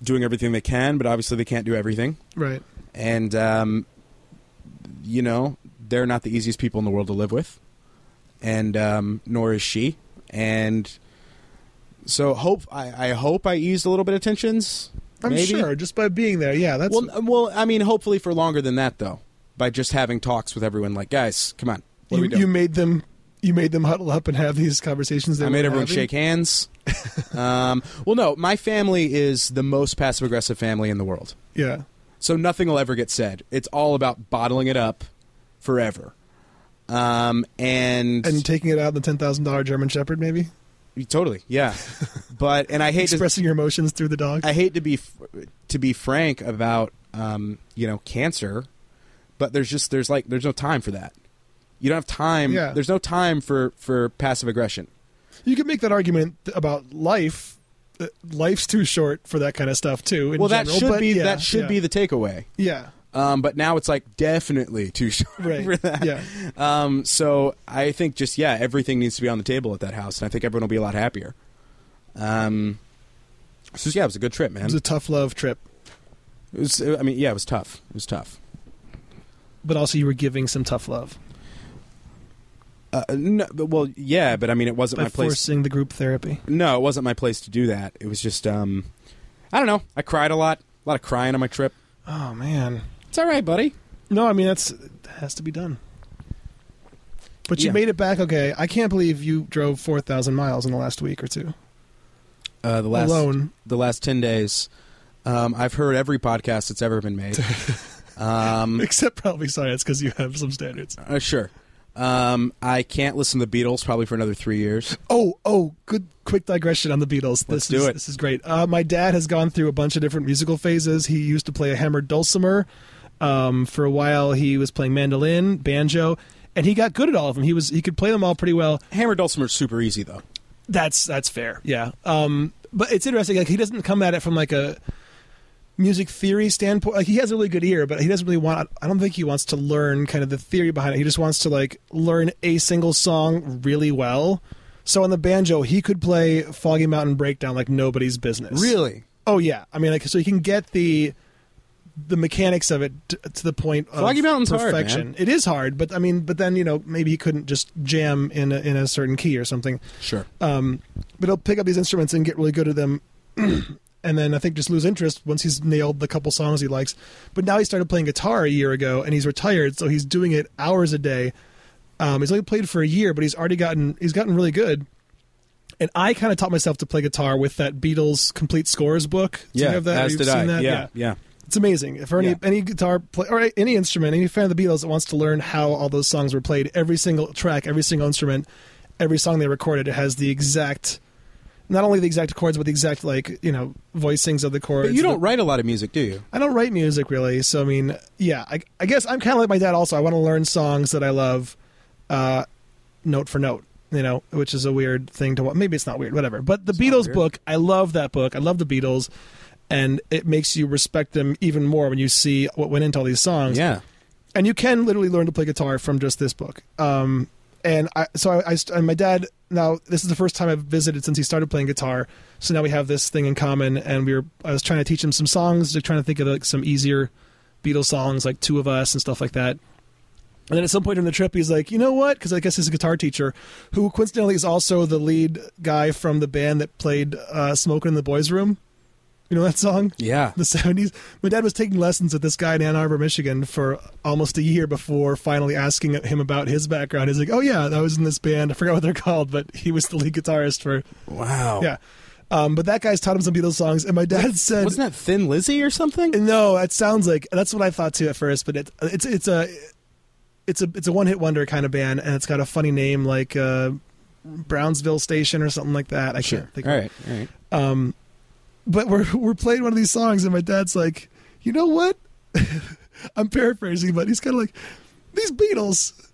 doing everything they can, but obviously they can't do everything. right. And um, you know they're not the easiest people in the world to live with, and um, nor is she. And so hope I, I hope I eased a little bit of tensions. I'm maybe. sure just by being there. Yeah, that's Well, n- well, I mean, hopefully for longer than that, though, by just having talks with everyone. Like, guys, come on, what are you, we doing? you made them you made them huddle up and have these conversations. They I made weren't everyone having? (laughs) shake hands. um, well, no, my family is the most passive aggressive family in the world, Yeah, so nothing will ever get said. It's all about bottling it up forever. Um, and, and taking it out in the ten thousand dollar German Shepherd, maybe totally, (laughs) yeah. but and I hate to expressing your emotions through the dog. I hate to be f- to be frank about um, you know cancer, but there's just there's like there's no time for that. You don't have time. Yeah. There's no time for for passive aggression. you could make that argument th- about life. Uh, Life's too short for that kind of stuff too. in well, that general, should but be yeah, that should yeah, be the takeaway. yeah, Um, but now it's like definitely too (laughs) short (laughs) for right, that. yeah. Um, so I think just yeah, everything needs to be on the table at that house, and I think everyone will be a lot happier. Um, so yeah, it was a good trip, It man. was a tough love trip, It was, I mean, yeah, it was tough. It was tough. but also you were giving some tough love Uh, no, but, well, yeah, but I mean, it wasn't by my place. forcing the group therapy. No, it wasn't my place to do that. It was just um I don't know. I cried a lot. A lot of crying on my trip. Oh man, It's all right, buddy. no, I mean that's that has to be done. But you Yeah. made it back okay. I can't believe you drove four thousand miles in the last week or two Uh, the last alone. the last 10 days. Um, I've heard every podcast that's ever been (laughs) made. um Except probably science because you have some standards. uh, sure. Um, I can't listen to the Beatles probably for another 3 years. Oh, oh, good quick digression on the Beatles. This Let's do is, it. This is great. Uh, my dad has gone through a bunch of different musical phases. He used to play a hammered dulcimer. Um, for a while, he was playing mandolin, banjo, and he got good at all of them. He was he could play them all pretty well. Hammer dulcimer's super easy though. That's that's fair. Yeah. Um, but it's interesting. Like he doesn't come at it from like a music theory standpoint. Like he has a really good ear, but he doesn't really want. I don't think he wants to learn kind of the theory behind it. He just wants to like learn a single song really well. So on the banjo, he could play Foggy Mountain Breakdown like nobody's business. Really? Oh yeah. I mean, like so he can get the the mechanics of it t- to the point of Foggy Mountain's hard, perfection. It is hard, but I mean, but then you know maybe he couldn't just jam in a, in a certain key or something Sure. um, but he'll pick up these instruments and get really good at them (clears throat) and then i think just lose interest once he's nailed the couple songs he likes but now he started playing guitar a year ago and he's retired so he's doing it hours a day um, he's only played for a year but he's already gotten he's gotten really good and i kind of taught myself to play guitar with that beatles complete scores book Do yeah, you have that as You've did seen I. that? Yeah, yeah. it's amazing. If any Yeah. any guitar play or any instrument, any fan of the Beatles that wants to learn how all those songs were played, every single track, every single instrument, every song they recorded, it has the exact not only the exact chords, but the exact like you know voicings of the chords. But you The- don't write a lot of music, do you? I don't write music really, so I mean, yeah, I, I guess I'm kind of like my dad. Also, I want to learn songs that I love, uh, note for note. You know, which is a weird thing to. wa- Maybe it's not weird, whatever. But the not Beatles weird. book, I love that book. I love the Beatles, and it makes you respect them even more when you see what went into all these songs Yeah. and you can literally learn to play guitar from just this book. Um, and I, so I, I st- and my dad. Now this is the first time I've visited since he started playing guitar. So now we have this thing in common, and we were. I was trying to teach him some songs, like trying to think of like some easier Beatles songs, like Two of Us and stuff like that. And then at some point during the trip, he's like, you know what? Because I guess he's a guitar teacher, who coincidentally is also the lead guy from the band that played uh, "Smoking in the Boys' Room." You know that song? Yeah. the (laughs) 70s. My dad was taking lessons at this guy in Ann Arbor, Michigan for almost a year before finally asking him about his background. He's like, oh, yeah, I was in this band. I forgot what they're called, but he was the lead guitarist for, Wow. yeah. Um, but that guy's taught him some Beatles songs, and my dad said, Wasn't that Thin Lizzy or something? no, that sounds like that's what I thought too at first, but it, it's it's a it's a it's a one hit wonder kind of band, and it's got a funny name like uh, Brownsville Station or something like that. I can't think. of All it right. All right. um, but we're (laughs) we're playing one of these songs, and my dad's like, you know what? (laughs) I'm paraphrasing, but he's kind of like, these Beatles,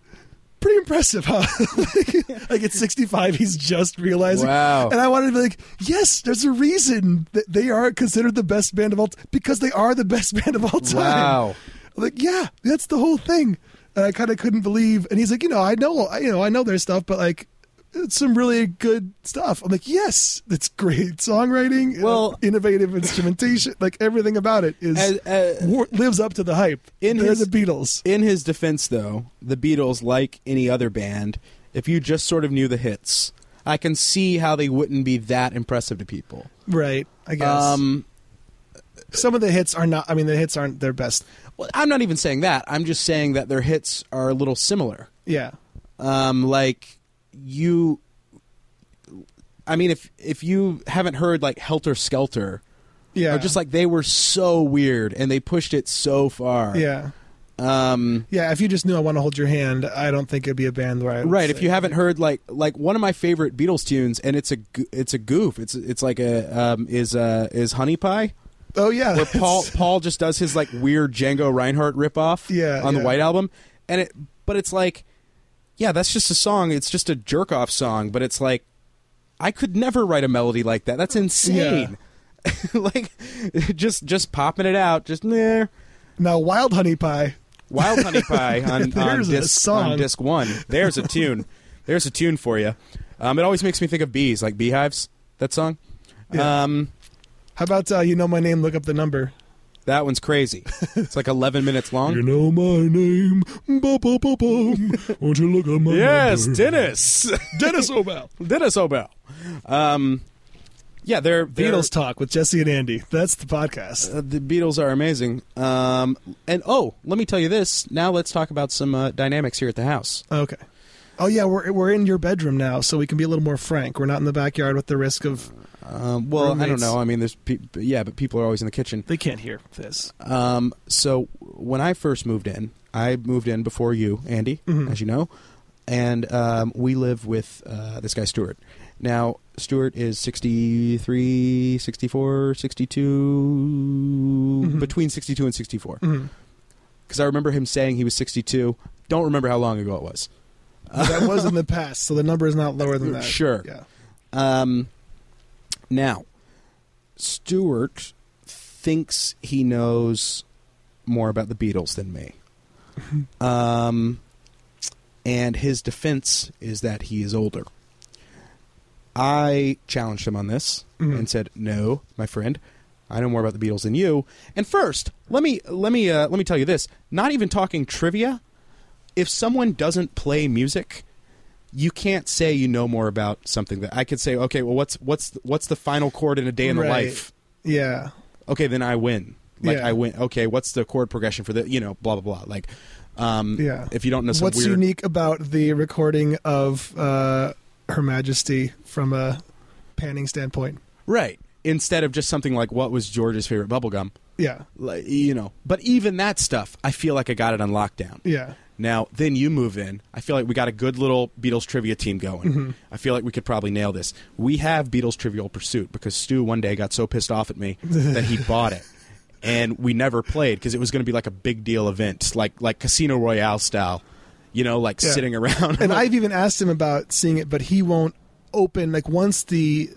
pretty impressive, huh? (laughs) like, like at 65, he's just realizing. Wow. And I wanted to be like, yes, there's a reason that they are considered the best band of all, t- because they are the best (laughs) band of all time. Wow. Like, yeah, that's the whole thing. And I kind of couldn't believe. And he's like, you know, I know, I- you know, I know their stuff, but like, it's some really good stuff. I'm like, yes, it's great songwriting. you Well- know, innovative instrumentation, like everything about it is As- uh, wor- lives up to the hype. In They're his- the Beatles. In his defense, though, the Beatles, like any other band, if you just sort of knew the hits, I can see how they wouldn't be that impressive to people. Right, I guess. Um, Some of the hits are not. I mean, the hits aren't their best. well, I'm not even saying that. I'm just saying that their hits are a little similar. Yeah, um, like you i mean if if you haven't heard like helter skelter yeah. or just like they were so weird and they pushed it so far yeah, um yeah. If you just knew I want to hold your hand, I don't think it'd be a band where I. would right say- if you haven't heard like like one of my favorite beatles tunes and it's a go- it's a goof it's it's like a um is uh is honey pie Oh yeah, where paul paul just does his like weird django reinhardt ripoff Yeah, on the yeah. white album and it but it's like yeah that's just a song it's just a jerk off song but it's like i could never write a melody like that that's insane (laughs) like just just popping it out just there (laughs) now Wild Honey Pie. wild (laughs) honey pie on, on There's a disc song. on disc one there's a tune there's a tune for you um, it always makes me think of bees like beehives that song Yeah. um How about uh, you know my name? Look up the number. that one's crazy it's like 11 minutes long You know my name. Ba, ba, ba, bum. Won't you look at my (laughs) Yes, number? Dennis. (laughs) Dennis O'Bell. Dennis O'Bell. Um, yeah, they're, they're Beatles talk with Jesse and Andy. That's the podcast. Uh, the Beatles are amazing. Um, and oh, let me tell you this. Now let's talk about some uh, dynamics here at the house. Okay. Oh yeah, we're we're in your bedroom now, so we can be a little more frank. We're not in the backyard with the risk of Um, well, I don't Roommates. know. I mean, there's pe- yeah, but people are always in the kitchen. they can't hear this. Um, so when I first moved in, I moved in before you, Andy, as you know, and um, we live with uh, this guy Stuart. Now Stuart is 63, 64, 62, between 62 and 64. Mhm. Cuz I remember him saying he was 62. Don't remember how long ago it was. But That was in the past, so the number is not lower than that. Sure. Yeah. Um, now, Stewart thinks he knows more about the Beatles than me. um, and his defense is that he is older. I challenged him on this Mhm. and said, "No, my friend, I know more about the Beatles than you." And first, let me let me uh, let me tell you this. Not even talking trivia. If someone doesn't play music, you can't say you know more about something that I could say. Okay, well, what's what's what's the final chord in a day in the Right. life? Yeah. Okay, then I win. Like Yeah. I win. Okay, what's the chord progression for the you know blah blah blah. Like, um, Yeah. If you don't know some What's weird, unique about the recording of uh, Her Majesty from a panning standpoint? right? Instead of just something like what was George's favorite bubblegum, Yeah. like you know. But even that stuff, I feel like I got it on lockdown. Yeah. Now, then you move in. I feel like we got a good little Beatles trivia team going. Mm-hmm. I feel like we could probably nail this. We have Beatles Trivial Pursuit because Stu one day got so pissed off (laughs) at me that he bought it. And we never played because it was going to be like a big deal event, like like Casino Royale style, you know, like Yeah. sitting around. and I've even asked him about seeing it, but he won't open. Like once the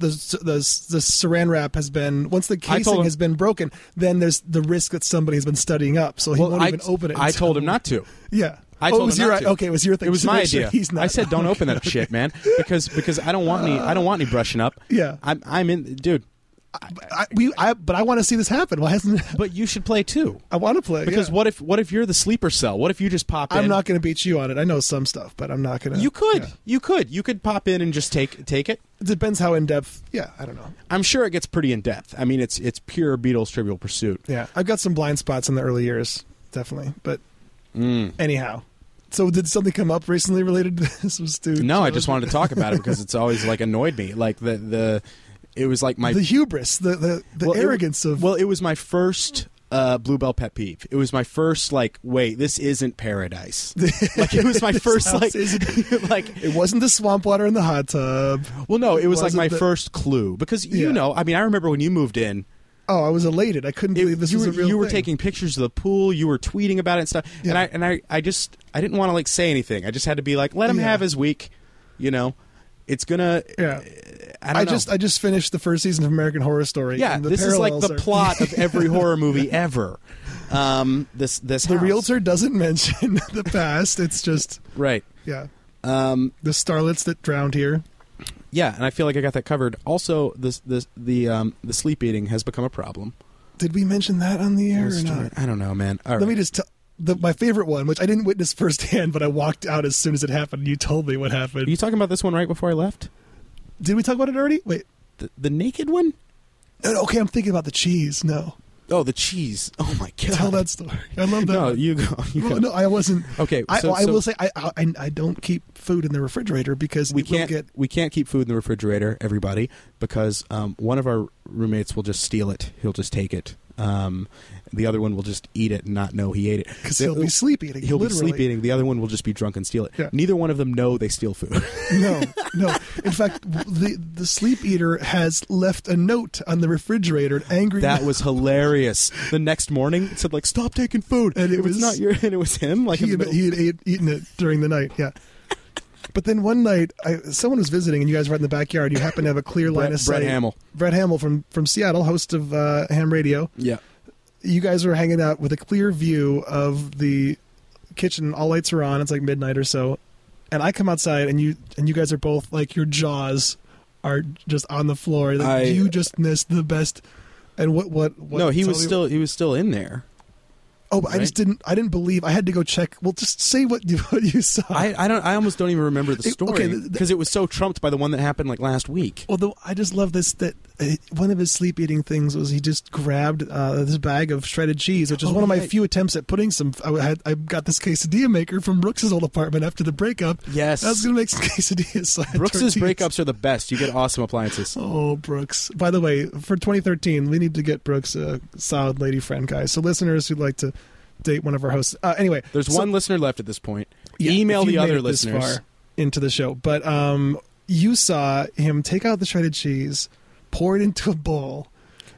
the the, the saran wrap has been once the I told casing him- has been broken, then there's the risk that somebody has been studying up, so he Well, won't (laughs) I, even open it. I until- told him (laughs) not to. Yeah. I oh, told it was him your not to. okay. It was your thing. It was to (laughs) my make sure idea. He's not. I said, "Don't open that shit, man," because because I don't want any. I don't want any brushing up. Yeah. I'm I'm in, dude. (laughs) I, we, I, but I want to see this happen. (laughs) Why hasn't? But you should play too. I want to play Because yeah. what if what if you're the sleeper cell? What if you just pop in? I'm not going to beat you on it. I know some stuff, but I'm not going to. You could. yeah. You could. You could pop in and just take take it. It depends how in depth. Yeah, I don't know. I'm sure it gets pretty in depth. I mean, it's it's pure Beatles Trivial Pursuit. Yeah, I've got some blind spots in the early years, definitely. But Mm. anyhow, so did something come up recently related to (laughs) this? Was dude? No, I just wanted to talk about it because it's always like annoyed me. Like the the it was like my the hubris, the the, the (laughs) Well, it- arrogance of. Well, it was my first uh, Bluebell pet peeve. It was my first like, wait, this (laughs) isn't paradise. like it was my This first house like, isn't- (laughs) (laughs) like. it wasn't the swamp water in the hot tub. Well, no, it was like Wasn't my the- first clue because Yeah. you know, I mean, I remember when you moved in. Oh, I was elated. I couldn't it- believe this you was were, a real. you were thing. taking pictures of the pool. You were tweeting about it and stuff. And Yeah. I and I, I just I didn't want to like say anything. I just had to be like, let him Yeah. have his week. You know, it's gonna. Yeah. I, I, don't know. just I just finished the first season of American Horror Story. yeah. and the This is like parallels the are- plot of (laughs) every horror movie ever. Um, this this The house. realtor doesn't (laughs) mention the past. It's just right. yeah, Um, the starlets that drowned here. yeah, and I feel like I got that covered. Also, this this the um the sleep eating has become a problem. Did we mention that on the air or not? I don't know, man. All Let me right. just tell the, my favorite one, which I didn't witness firsthand, (laughs) but I walked out as soon as it happened. You told me what happened. Are you talking about this one right before I left? Did we talk about it already? Wait. The, the naked one? No, Okay, I'm thinking about the cheese. No, Oh, the cheese. Oh my god. tell that story. I love that. No, one. you go. (laughs) You Well, go. no, I wasn't. Okay, I, so- I so- will say I, I I don't keep food in the refrigerator because we it will can't get. we can't keep food in the refrigerator, everybody, because um, one of our roommates will just steal it. He'll just take it. Um, the other one will just eat it and not know he ate it. 'Cause he'll be sleep eating, He'll literally. be sleep eating. The other one will just be drunk and steal it. Yeah. Neither one of them know they steal food. (laughs) No, no. In fact, the the sleep eater has left a note on the refrigerator. An angry. that note. was hilarious. The next morning, it said like, "Stop taking food," And it If it's was- not your, (laughs) and it was him. Like in he the had, middle- he had ate, eaten it during the night. (laughs) Yeah. But then one night, I, someone was visiting, and you guys were out in the backyard. You happen to have a clear line Brett- of sight. Brett Hamill. Brett Hamill from from Seattle, host of uh, Ham Radio. yeah. You guys were hanging out with a clear view of the kitchen. All lights are on. It's like midnight or so, and I come outside, and you and you guys are both like your jaws are just on the floor. Like, I- you just missed the best. And what what, what no, he tell was me- still he was still in there. Oh, but I just right? didn't. I didn't believe. I had to go check. Well, just say what you (laughs) what you saw. I, I don't I almost don't even remember the It- story okay, because th- th- it was so trumped by the one that happened like last week. Although I just love this that uh, one of his sleep eating things was he just grabbed uh, this bag of shredded cheese, which is Oh, one of my right. few attempts at putting some. I had I got this quesadilla maker from Brooks's old apartment after the breakup. Yes. I was gonna make some (laughs) quesadillas. So I had Brooks's tortillas. breakups are the best. You get awesome appliances. (laughs) Oh, Brooks! By the way, for 2013, we need to get Brooks a solid lady friend, guys. So listeners who'd like to date one of our hosts. Uh, anyway, There's so- one listener left at this point. yeah, Email if you the made other it this listeners. far into the show. But um, you saw him take out the shredded cheese, pour it into a bowl,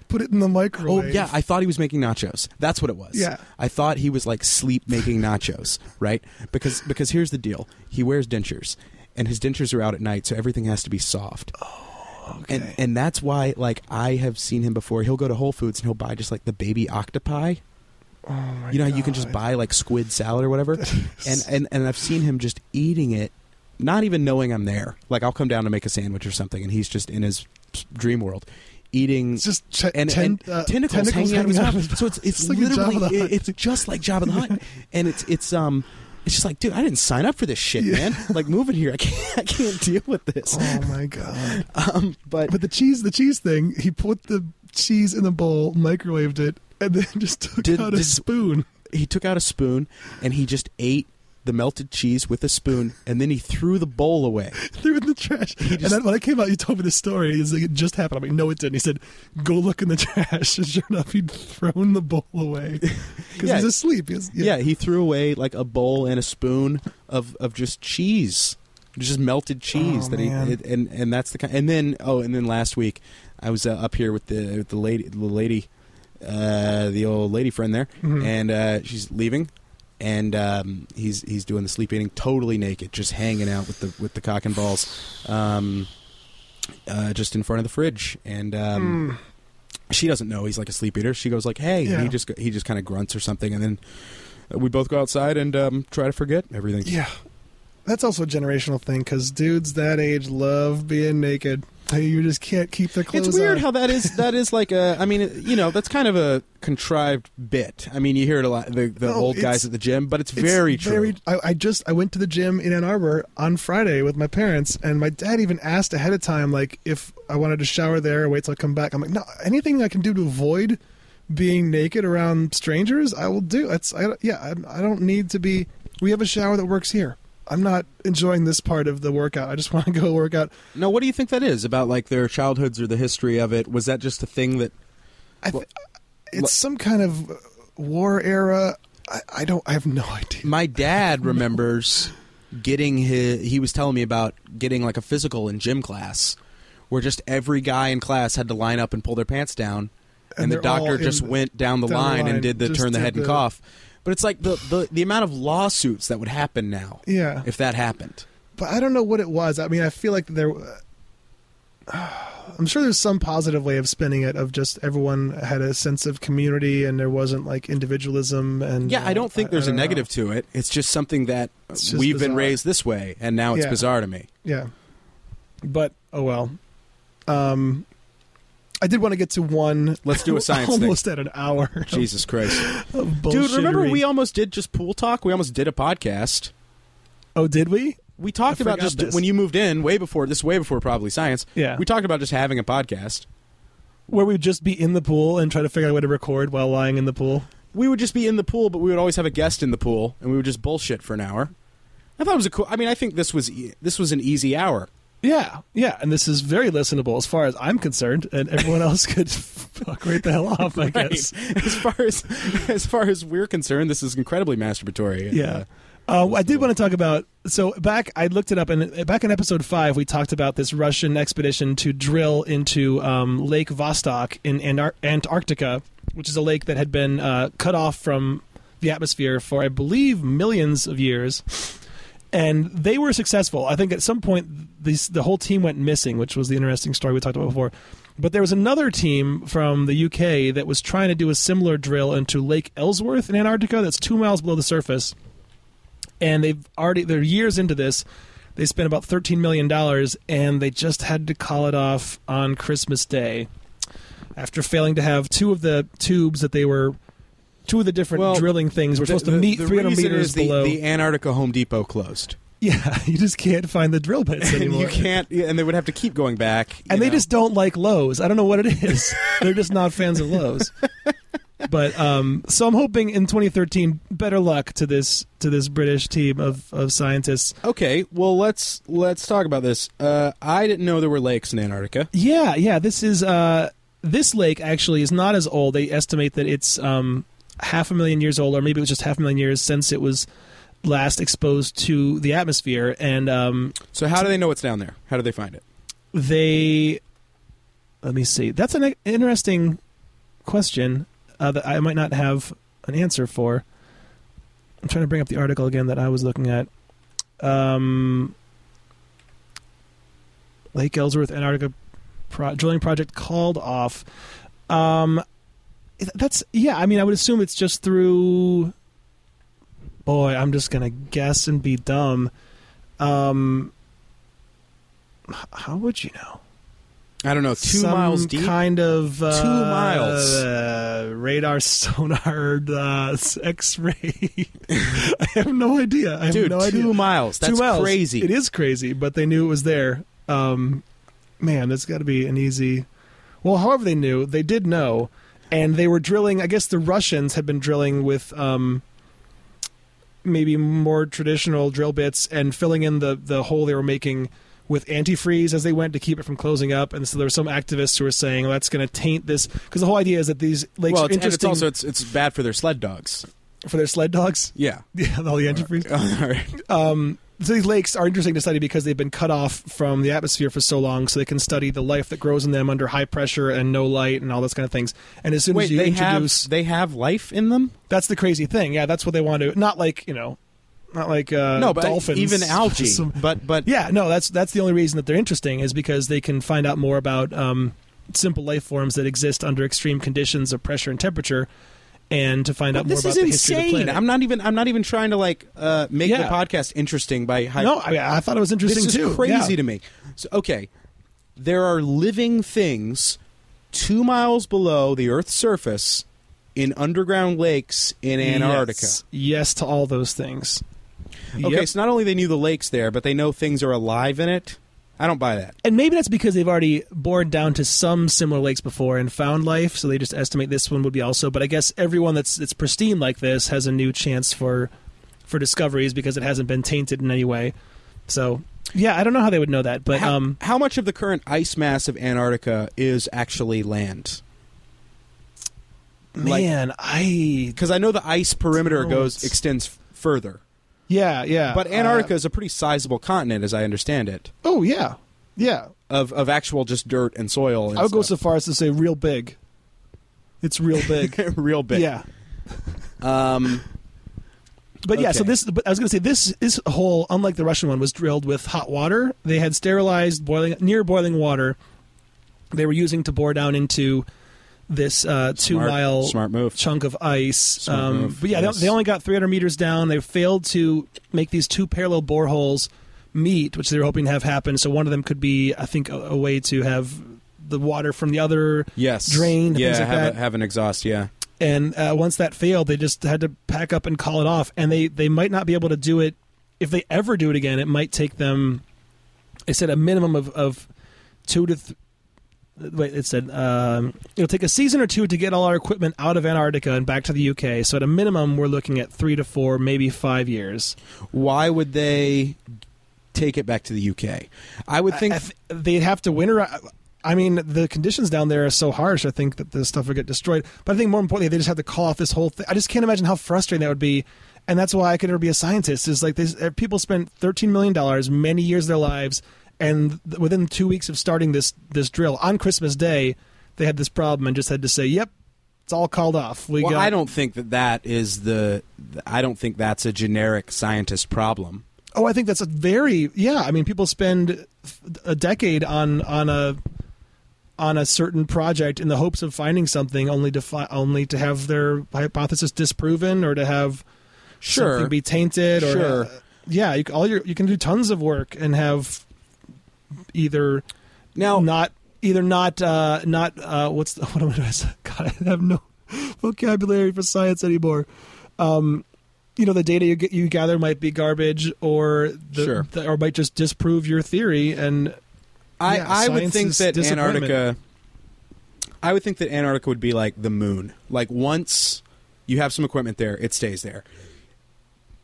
put it in the Oh microwave. yeah, I thought he was making nachos. That's what it was. Yeah. I thought he was like sleep making nachos, right? Because because here's the deal. He wears dentures and his dentures are out at night, so everything has to be soft. okay. And and that's why like I have seen him before. He'll go to Whole Foods and he'll buy just like the baby octopi. Oh, my you know how you can God. just buy like squid salad (laughs) or whatever and, and and i've seen him just eating it not even knowing i'm there like i'll come down to make a sandwich or something and he's just in his dream world eating It's just ch- and, ten, and uh, tentacles, hanging out of his mouth. So it's it's, It's like a literally Jabba the Hutt. it- it's just like Jabba the (laughs) Hutt, and it's it's um it's just like dude, I didn't sign up for this shit, Yeah. man. Like moving here, I can't I can't deal with (laughs) this. Oh my god! Um, but Oh. But the cheese, the cheese thing, he put the cheese in the bowl, microwaved it, and then (laughs) just took Did- out a did- spoon. he took out a spoon and he just ate the melted cheese with a spoon, and then he threw the bowl away. threw it in the trash. and then when I came out, you told me the story. He's like, it just happened. I'm like, no, it didn't. He said, go look in the (laughs) trash. And sure enough, he'd thrown the bowl (laughs) away because Yeah. he's asleep. He's, Yeah. he threw away like a bowl and a spoon of, of just cheese, just melted cheese Oh, that man. he it, and and that's the kind. And then oh, and then last week I was uh, up here with the with the lady the lady uh, the old lady friend there, Mhm. and uh, she's leaving. And um, he's he's doing the sleep eating totally naked, just hanging out with the with the cock and balls, um, uh, just in front of the fridge. And um, Mm. she doesn't know he's like a sleep eater. She goes like, "Hey," Yeah. and he just he just kind of grunts or something, and then uh, we both go outside and um, try to forget everything. Yeah. That's also a generational thing because dudes that age love being naked. They- You just can't keep their clothes It's weird on. how that is that is like a I mean you know that's kind of a contrived bit. I mean you hear it a lot the, the No, old guys Oh, it's- at the gym, but it's, It's very true. I, I just I went to the gym in Ann Arbor on Friday with my parents, and my dad even asked ahead of time like if I wanted to shower there or wait till I come back. I'm like, no, anything I can do to avoid being naked around strangers, I will do. It's I, yeah, I, I don't need to be. We have a shower that works here. I'm not enjoying this part of the workout. I just (laughs) want to go work out. No, what do you think that is about like their childhoods or the history of it? Was that just a thing that I th- Well, it's well- some kind of uh, war era. I, I don't. I have no (laughs) idea. (laughs) my dad remembers getting his he was telling me about getting like a physical in gym class where just every guy in class had to line up and pull their pants down And and, the they're all doctor in just the- went down the, down the line, line, and did the just turn the did head and the- cough but it's like the, the the amount of lawsuits that would happen now Yeah. if that happened but I don't know what it was. I mean, I feel like there. (sighs) I'm sure there's some positive way of spinning it, of just everyone had a sense of community and there wasn't like individualism and. yeah i don't think uh, there's a don't know. negative to it it's just something that It's just we've been bizarre. raised this way and now it's Yeah. bizarre to me Yeah. But oh well. Um, I did want to get to one. Let's do a science (laughs) thing. almost at an hour. of- jesus christ of dude remember bullshittery. we almost did just pool talk we almost did a podcast Oh, did we? We talked I about forgot just this. when you moved in, way before this, is way before probably science. Yeah. We talked about just having a podcast. Where we'd just be in the pool and try to figure out a way to record while lying in the pool. We would just be in the pool, but we would always have a guest in the pool, and we would just bullshit for an hour. I thought it was a cool. I mean, I think this was e- this was an easy hour. Yeah, yeah, and this is very listenable as far as I'm concerned, and everyone else (laughs) could fuck right the hell off, I Right. guess. (laughs) As far as as far as we're concerned, this is incredibly masturbatory. And, Yeah. Uh, I did want to talk about so back. I looked it up, and back in episode five, we talked about this Russian expedition to drill into um, Lake Vostok in Anar- Antarctica, which is a lake that had been uh, cut off from the atmosphere for, I believe, millions of years. And they were successful. I think at some point, these, the whole team went missing, which was the interesting story we talked about before. But there was another team from the UK that was trying to do a similar drill into Lake Ellsworth in Antarctica, that's two miles below the surface and they've already they're years into this they spent about 13 million dollars and they just had to call it off on christmas day after failing to have two of the tubes that they were two of the different Well, drilling things were The- supposed the- to meet the 300 reason meters is the, below the Antarctica Home Depot closed, (laughs) yeah you just can't find the drill (laughs) bits and anymore you can't. yeah, And they would have to keep going back. you and they know. just don't like Lowe's. I don't know what it (laughs) is. They're just not fans of Lowe's. But um, so I'm hoping in 2013, better luck to this to this British team of, of scientists. okay. Well, let's let's talk about this. Uh, I didn't know there were lakes in Antarctica. Yeah, yeah. This is uh, this lake actually is not as old. They estimate that it's um, half a million years old, or maybe it was just half a million years since it was last exposed to the atmosphere. And um, So how do they know it's down there? How do they find it? they, let me see. That's an interesting question uh, that I might not have an answer for. I'm trying to bring up the article again that I was looking at. Um, Lake Ellsworth Antarctica pro- drilling project called off. Um, th- that's yeah. I mean, I would assume it's just through. Boy, I'm just gonna guess and be dumb. Um, h- how would you know? I don't know, two Some miles deep. Kind of uh, miles. uh, radar, sonar, (laughs) uh, X-ray. (laughs) I have no idea. I have Dude, no two idea. miles. That's two miles. crazy. It is crazy, but they knew it was there. Um, man, that's got to be an easy. Well, however they knew, they did know, and they were drilling. I guess the Russians had been drilling with um, maybe more traditional drill bits and filling in the the hole they were making with antifreeze as they went to keep it from closing up. And so there were some activists who were saying well, that's going to taint this because the whole idea is that these lakes well, are it's, and it's interesting also it's, it's bad for their sled dogs. for their sled dogs. (laughs) Yeah. (laughs) Yeah, all the antifreeze. All right. Um, so these lakes are interesting to study because they've been cut off from the atmosphere for so long, so they can study the life that grows in them under high pressure and no light and all those kind of things. And as soon Wait, as you they introduce, have they have life in them? that's the crazy thing. Yeah, that's what they want to. Not like you know, not like uh, no, but dolphins, (laughs) even algae. Some- but but yeah, no, that's that's the only reason that they're interesting is because they can find out more about um, simple life forms that exist under extreme conditions of pressure and temperature, and to find out more this about is the history of the insane. planet. I'm not even I'm not even trying to like uh, make the Yeah. podcast interesting by hy- no, I, mean, I thought it was this interesting is too. crazy Yeah. to me. So, okay, there are living things two miles below the Earth's surface in underground lakes in Antarctica. Yes, Yes to all those things. Okay, Yep. so not only they knew the lakes there, but they know things are alive in it. I don't buy that. And maybe that's because they've already bored down to some similar lakes before and found life, so they just estimate this one would be also. But I guess everyone that's that's pristine like this has a new chance for for discoveries because it hasn't been tainted in any way. So yeah, I don't know how they would know that, but how, um, how much of the current ice mass of Antarctica is actually land? like- man, I Because I know the ice perimeter Oh, goes it's- extends f- further, yeah yeah. but uh, Antarctica is a pretty sizable continent, as I understand it, oh yeah, yeah. of of actual just dirt and soil. And I would go so stuff. far as to say real big. It's real big. (laughs) real big. Yeah. Um, But yeah, so Okay. this. But I was going to say this. This hole, unlike the Russian one, was drilled with hot water. They had sterilized boiling near boiling water. They were using to bore down into this uh, two smart- mile smart move. chunk of ice. Um, Smart move, but yeah, yes. they, they only got 300 meters down. They failed to make these two parallel boreholes meet, which they were hoping to have happen. So one of them could be, I think, a, a way to have the water from the other Yes, drained, Yeah, things like have, that. A, have an exhaust. Yeah, and uh, once that failed, they just had to pack up and call it off. And they they might not be able to do it if they ever do it again. It might take them. It said a minimum of of two to. Th- Wait, it said um, it'll take a season or two to get all our equipment out of Antarctica and back to the UK. So at a minimum, we're looking at three to four, maybe five years. why would they take it back to the UK? I would think I th- they'd have to winter. I mean, the conditions down there are so harsh. I think that the stuff would get destroyed. But I think more importantly, they just have to call off this whole thing. I just can't imagine how frustrating that would be. And that's why I could never be a scientist. Is like this: er, people spend thirteen million dollars, many years of their lives, and th- within two weeks of starting this this drill on Christmas Day, they had this problem and just had to say, "Yep, it's all called off." We well, got I don't think that that is the. I don't think that's a generic scientist problem. Oh, I think that's a very yeah. I mean, people spend a decade on on a on a certain project in the hopes of finding something, only to fi- only to have their hypothesis disproven or to have Sure, something be tainted. Or uh, Sure. yeah, you, c- all your you can do tons of work and have either Now- not either not uh, not uh, what's the, (laughs) what am I doing? God, I have no (laughs) vocabulary for science anymore Um, you know the data you get you gather might be garbage or the, Sure. the- or might just disprove your theory and I, yeah, I would science think is that disappointment. Antarctica. I would think that Antarctica would be like the moon. Like once you have some equipment there, it stays there.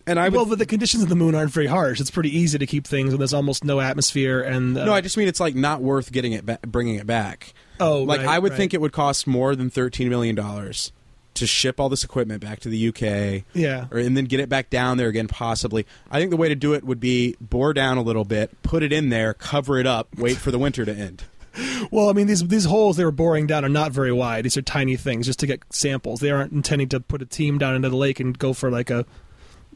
And I would well but the conditions of the moon aren't very harsh it's pretty easy to keep things when there's almost no atmosphere and uh, no, I just mean it's like not worth getting it ba- bringing it back. oh like right, I would right. think it would cost more than thirteen million dollars to ship all this equipment back to the UK. yeah or, and then get it back down there again possibly i think the way to do it would be bore down a little bit put it in there cover it up wait for the winter to end well I mean these these holes they were boring down are not very wide these are tiny things just to get samples they aren't intending to put a team down into the lake and go for like a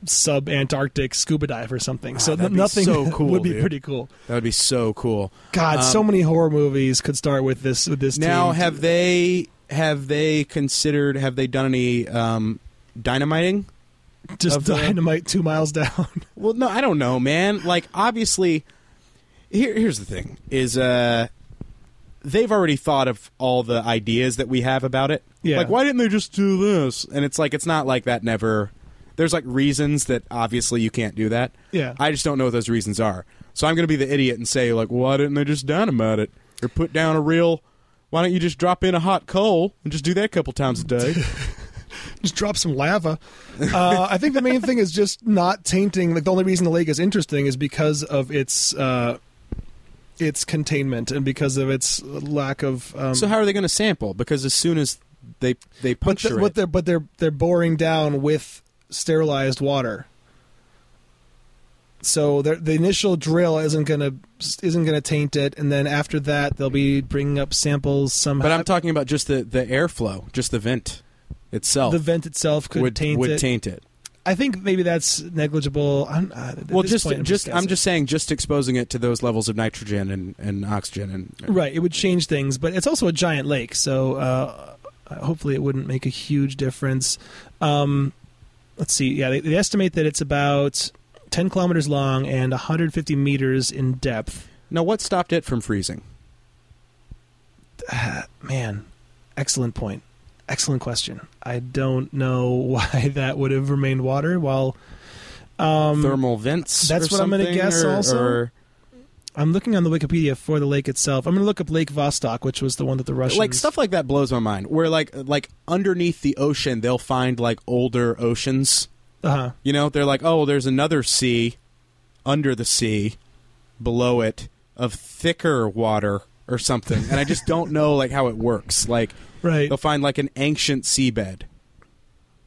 sub Antarctic scuba dive or something so Ah, that'd n- be nothing so cool, (laughs) would be dude. pretty cool that would be so cool God Um, so many horror movies could start with this with this now team. have they have they considered have they done any um, dynamiting just of (laughs) the- dynamite two miles down. (laughs) well no i don't know man like obviously here, here's the thing is uh they've already thought of all the ideas that we have about it Yeah. like why didn't they just do this and it's like it's not like that never there's like reasons that obviously you can't do that Yeah. I just don't know what those reasons are. So I'm going to be the idiot and say, like, why didn't they just dynamite it or (laughs) put down a real? Why don't you just drop in a hot coal and just do that a couple times a day? just drop some (laughs) lava. Uh, I think the main thing is just not tainting. Like the only reason the lake is interesting is because of its uh, its containment and because of its lack of. Um, So how are they going to sample? Because as soon as they they but puncture the- but it, they're but they're they're boring down with sterilized water. So the the initial drill isn't gonna isn't gonna taint it, and then after that they'll be bringing up samples somehow. but I'm talking about just the the airflow, just the vent itself the vent itself could would taint would it. taint it. I think maybe that's negligible. I'm, uh, at Well, this just point, I'm just I'm guessing. just saying, just exposing it to those levels of nitrogen and, and oxygen and right. It would change things, but it's also a giant lake, so uh, hopefully it wouldn't make a huge difference. Um, let's see. Yeah, they, they estimate that it's about 10 kilometers long and 150 meters in depth. Now, what stopped it from freezing? Man, excellent point. Excellent question. I don't know (laughs) why that would have remained water while. Um, Thermal vents. that's or what I'm gonna something, guess or- also. or- I'm looking on the Wikipedia for the lake itself. I'm going to look up Lake Vostok, which was the one that the Russians like stuff like that blows my mind. Where like like underneath the ocean, they'll find like older oceans. Uh-huh. You know, they're like, oh, there's another sea under the sea, below it, of thicker water or something. And I just don't know like how it works. Like Right. they'll find like an ancient seabed.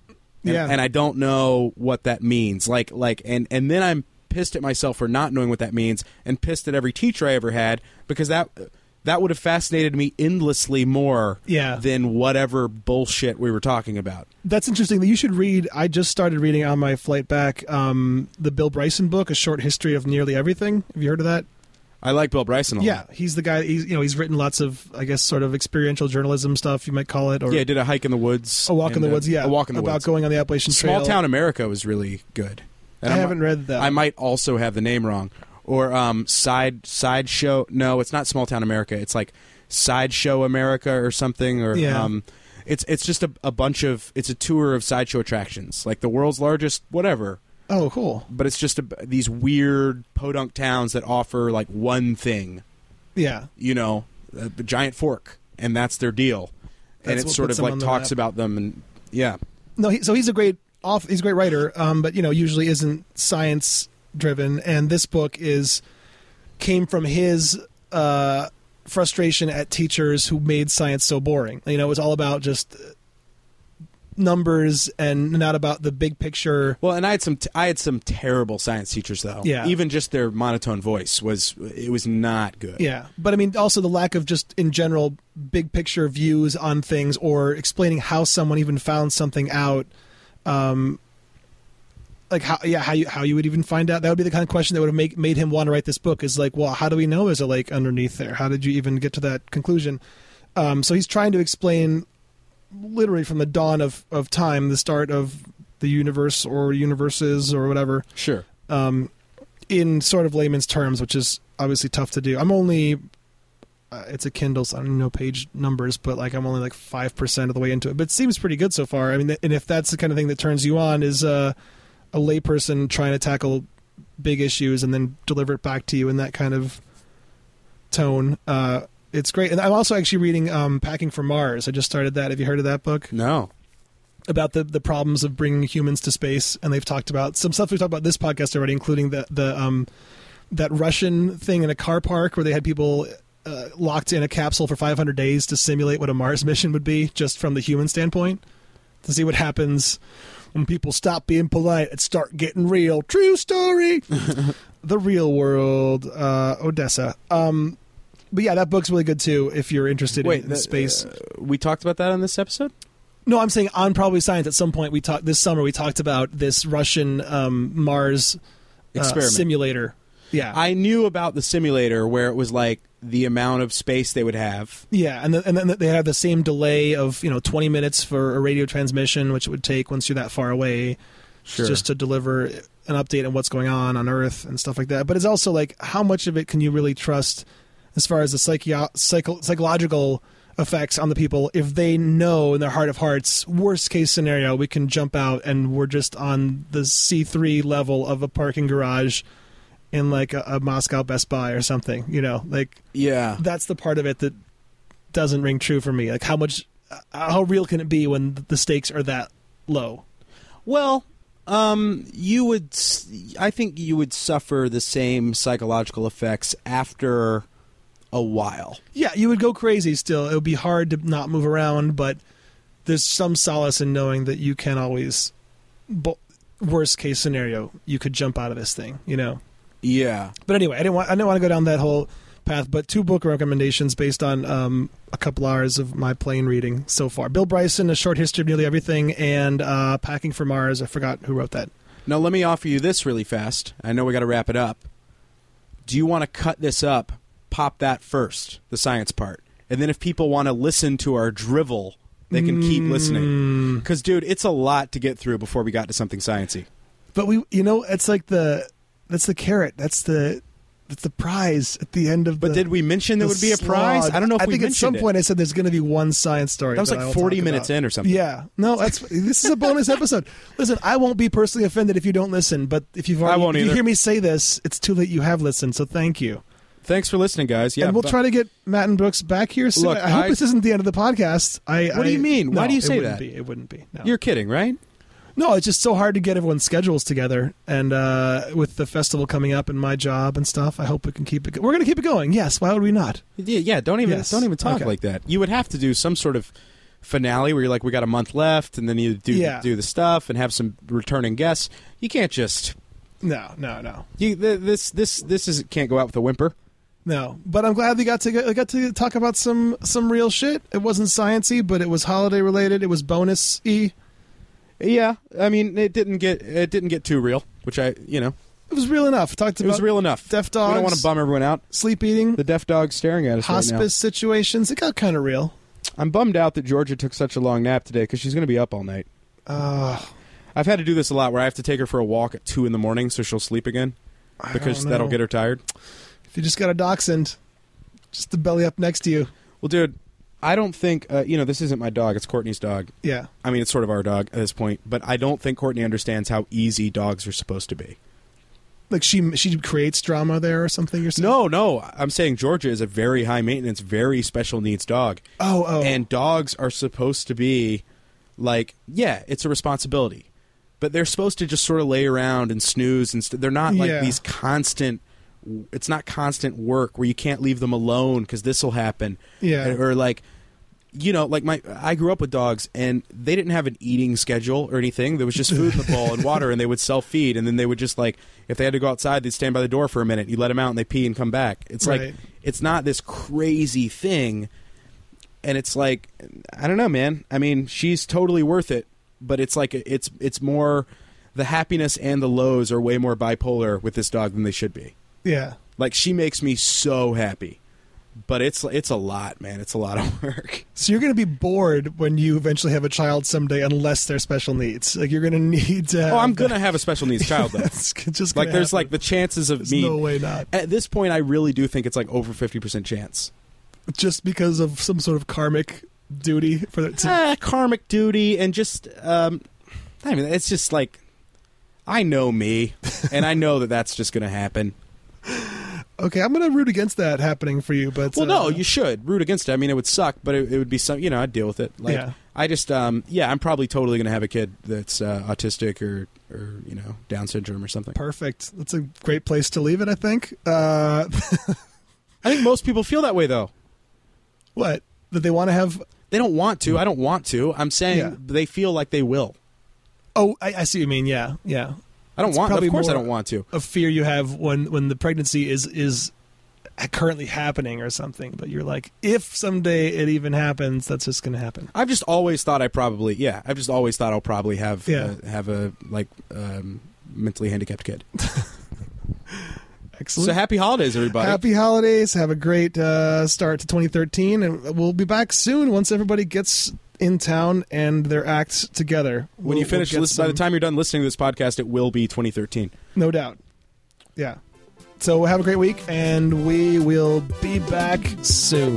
And, Yeah. and I don't know what that means. Like like and and then I'm pissed at myself for not knowing what that means and pissed at every teacher I ever had because that that would have fascinated me endlessly more Yeah. than whatever bullshit we were talking about. That's interesting. You should read. I just started reading on my flight back um, the Bill Bryson book, A Short History of Nearly Everything. Have you heard of that? I like Bill Bryson a yeah, lot. he's the guy. He's you know he's written lots of I guess sort of experiential journalism stuff you might call it, or Yeah, I did a hike in the woods. a walk in and, the uh, woods. Yeah, a walk in the about woods. going on the Appalachian Trail. Small Town America was really good. I haven't read that. I might also have the name wrong. Or um, side sideshow. No, it's not Small Town America. It's like Sideshow America or something. Or Yeah. um, it's it's just a, a bunch of it's a tour of sideshow attractions, like the world's largest whatever. Oh, cool. But it's just a, these weird podunk towns that offer like one thing, Yeah, you know, a, a giant fork, and that's their deal. and That's it what sort puts them of like on the talks map. about them and yeah. no. He, so he's a great off. He's a great writer, um, but you know usually isn't science driven. And this book is came from his uh, frustration at teachers who made science so boring. You know, it was all about just numbers and not about the big picture. Well, and I had some t- I had some terrible science teachers though. Yeah. Even just their monotone voice was it was not good. Yeah, but I mean, also the lack of just in general big picture views on things or explaining how someone even found something out. Um, like how yeah how you how you would even find out that would be the kind of question that would have make, made him want to write this book is like well how do we know there's a lake underneath there how did you even get to that conclusion um, so he's trying to explain literally from the dawn of, of time the start of the universe or universes or whatever Sure. um, in sort of layman's terms, which is obviously tough to do. I'm only uh, it's a Kindle, so I don't know page numbers, but like I'm only like five percent of the way into it. But it seems pretty good so far. I mean, and if that's the kind of thing that turns you on, is uh, a layperson trying to tackle big issues and then deliver it back to you in that kind of tone. Uh, it's great. And I'm also actually reading um, Packing for Mars. I just started that. Have you heard of that book? No. about the the problems of bringing humans to space, and they've talked about some stuff we've talked about this podcast already, including the the um that Russian thing in a car park where they had people. Uh, locked in a capsule for 500 days to simulate what a Mars (laughs) mission would be, just from the human standpoint, to see what happens when people stop being polite and start getting real. True (laughs) story. the real world, uh, Odessa. Um, but yeah, that book's really good too. If you're interested Wait, in, in the- space, uh, we talked about that on this episode? no, I'm saying on probably science. At some point, we talked this summer. We talked about this Russian um, Mars uh, Experiment. simulator. Yeah, I knew about the simulator where it was like the amount of space they would have. yeah, and the, and then they have the same delay of you know 20 minutes for a radio transmission, which it would take once you're that far away, Sure. just to deliver an update on what's going on on Earth and stuff like that. But it's also like how much of it can you really trust as far as the psychio- psycho- psychological effects on the people if they know in their heart of hearts worst case scenario we can jump out and we're just on the c3 level of a parking garage in like a, a moscow best buy or something you know like Yeah. that's the part of it that doesn't ring true for me like how much uh, how real can it be when the stakes are that low. Well, um, you would. s- I think you would suffer the same psychological effects after a while. Yeah, you would go crazy still. It would be hard to not move around, but there's some solace in knowing that you can always, bo- worst case scenario, you could jump out of this thing, you know? Yeah. But anyway, I didn't want I didn't want to go down that whole path. But two book recommendations based on um, a couple hours of my plane reading so far: Bill Bryson, A Short History of Nearly Everything, and uh, Packing for Mars. I forgot who wrote that. Now let me offer you this really fast. I know we got to wrap it up. Do you want to cut this up? Pop that first, the science part, and then if people want to listen to our drivel, they can keep Mm. listening. Because, dude, it's a lot to get through before we got to something sciency. But we, you know, it's like the that's the carrot. That's the that's the prize at the end of. But the, did we mention there the would be a prize? slog. I don't know if I we think at mentioned some it. point I said there's going to be one science story. That was like I will 40 talk minutes about. in or something. Yeah, no, that's this is a bonus episode. Listen, I won't be personally offended if you don't listen, but if you've already, won't if you either. hear me say this, it's too late. You have listened, so thank you. Thanks for listening, guys. Yeah, and we'll bu- try to get Matt and Brooks back here soon. Look, I hope I- this isn't the end of the podcast. I What do you I- mean? Why no, do you it say wouldn't that? Be. It wouldn't be. No. You're kidding, right? no, it's just so hard to get everyone's schedules together, and uh, with the festival coming up and my job and stuff, I hope we can keep it. Go- We're going to keep it going. Yes, why would we not? Yeah, yeah, don't even Yes. don't even talk Okay. like that. You would have to do some sort of finale where you're like, we got a month left, and then you do Yeah. do the stuff and have some returning guests. You can't just No, no, no, you th- this this this is can't go out with a whimper. no. But I'm glad we got to go- we got to talk about some some real shit. It wasn't sciency, but it was holiday related. It was bonus y. Yeah, I mean, it didn't get it didn't get too real, which I you know It was real enough. Talked it was about real enough. deaf We dogs. don't want to bum everyone out. sleep eating, The deaf dog staring at us. right now. hospice situations. It got kind of real. I'm bummed out that Georgia took such a long nap today because she's going to be up all night. Uh, I've had to do this a lot where I have to take her for a walk at two in the morning so she'll sleep again I because don't that'll know. get her tired. If you just got a dachshund, just the belly up next to you. Well, dude, I don't think uh, you know this isn't my dog. It's Courtney's dog. Yeah. I mean, it's sort of our dog at this point, but I don't think Courtney understands how easy dogs are supposed to be. Like she she creates drama there or something or something. No, no, I'm saying Georgia is a very high maintenance, very special needs dog, Oh, oh. and dogs are supposed to be like, yeah, it's a responsibility, but they're supposed to just sort of lay around and snooze, and st- they're not like Yeah. these constant. It's not constant work where you can't leave them alone because this will happen. Yeah. or like you know, like my I grew up with dogs and they didn't have an eating schedule or anything. There was just food in the bowl and water and they would self feed and then they would just like if they had to go outside, they'd stand by the door for a minute. You let them out and they pee and come back. It's Right. like it's not this crazy thing. And it's like I don't know, man. I mean, she's totally worth it, but it's like it's it's more the happiness and the lows are way more bipolar with this dog than they should be. yeah. Like she makes me so happy. But it's it's a lot, man. It's a lot of (laughs) work. So you're going to be bored when you eventually have a child someday, unless they're special needs. Like you're going to (laughs) need to. Have Oh, I'm gonna have a special needs (laughs) child though. It's just like, gonna there's like happen. the chances of There's me. no way not. At this point, I really do think it's like over fifty percent chance. Just because of some sort of karmic duty for the, to, Ah, karmic duty, and just um, I mean, it's just like I (laughs) know me, and I know that that's just gonna happen. okay, I'm going to root against that happening for you. But Well, uh, no, you should root against it. I mean, it would suck, but it, it would be some. You know, I'd deal with it. Like, Yeah. I just, um, yeah, I'm probably totally gonna have a kid that's uh, autistic or, or you know, Down syndrome or something. perfect. That's a great place to leave it. I think. Uh, (laughs) I think most people feel that way though. what that they want to have They don't want to. I don't want to. I'm saying Hmm. Yeah. they feel like they will. Oh, I, I see what you mean. Yeah, yeah. I don't It's want. probably Of course, I more- don't want to. A fear you have when when the pregnancy is is currently happening or something, but you're like, if someday it even happens, that's just going to happen. I've just always thought I probably. Yeah, I've just always thought I'll probably have Yeah. uh, have a like um, mentally handicapped kid. Excellent. So happy holidays, everybody. Happy holidays. Have a great uh, start to 2013, and we'll be back soon once everybody gets in town and their acts together. when We'll- you finish, we'll get listen, by the some- time you're done listening to this podcast, it will be 2013. no doubt. Yeah. So have a great week, and we will be back soon.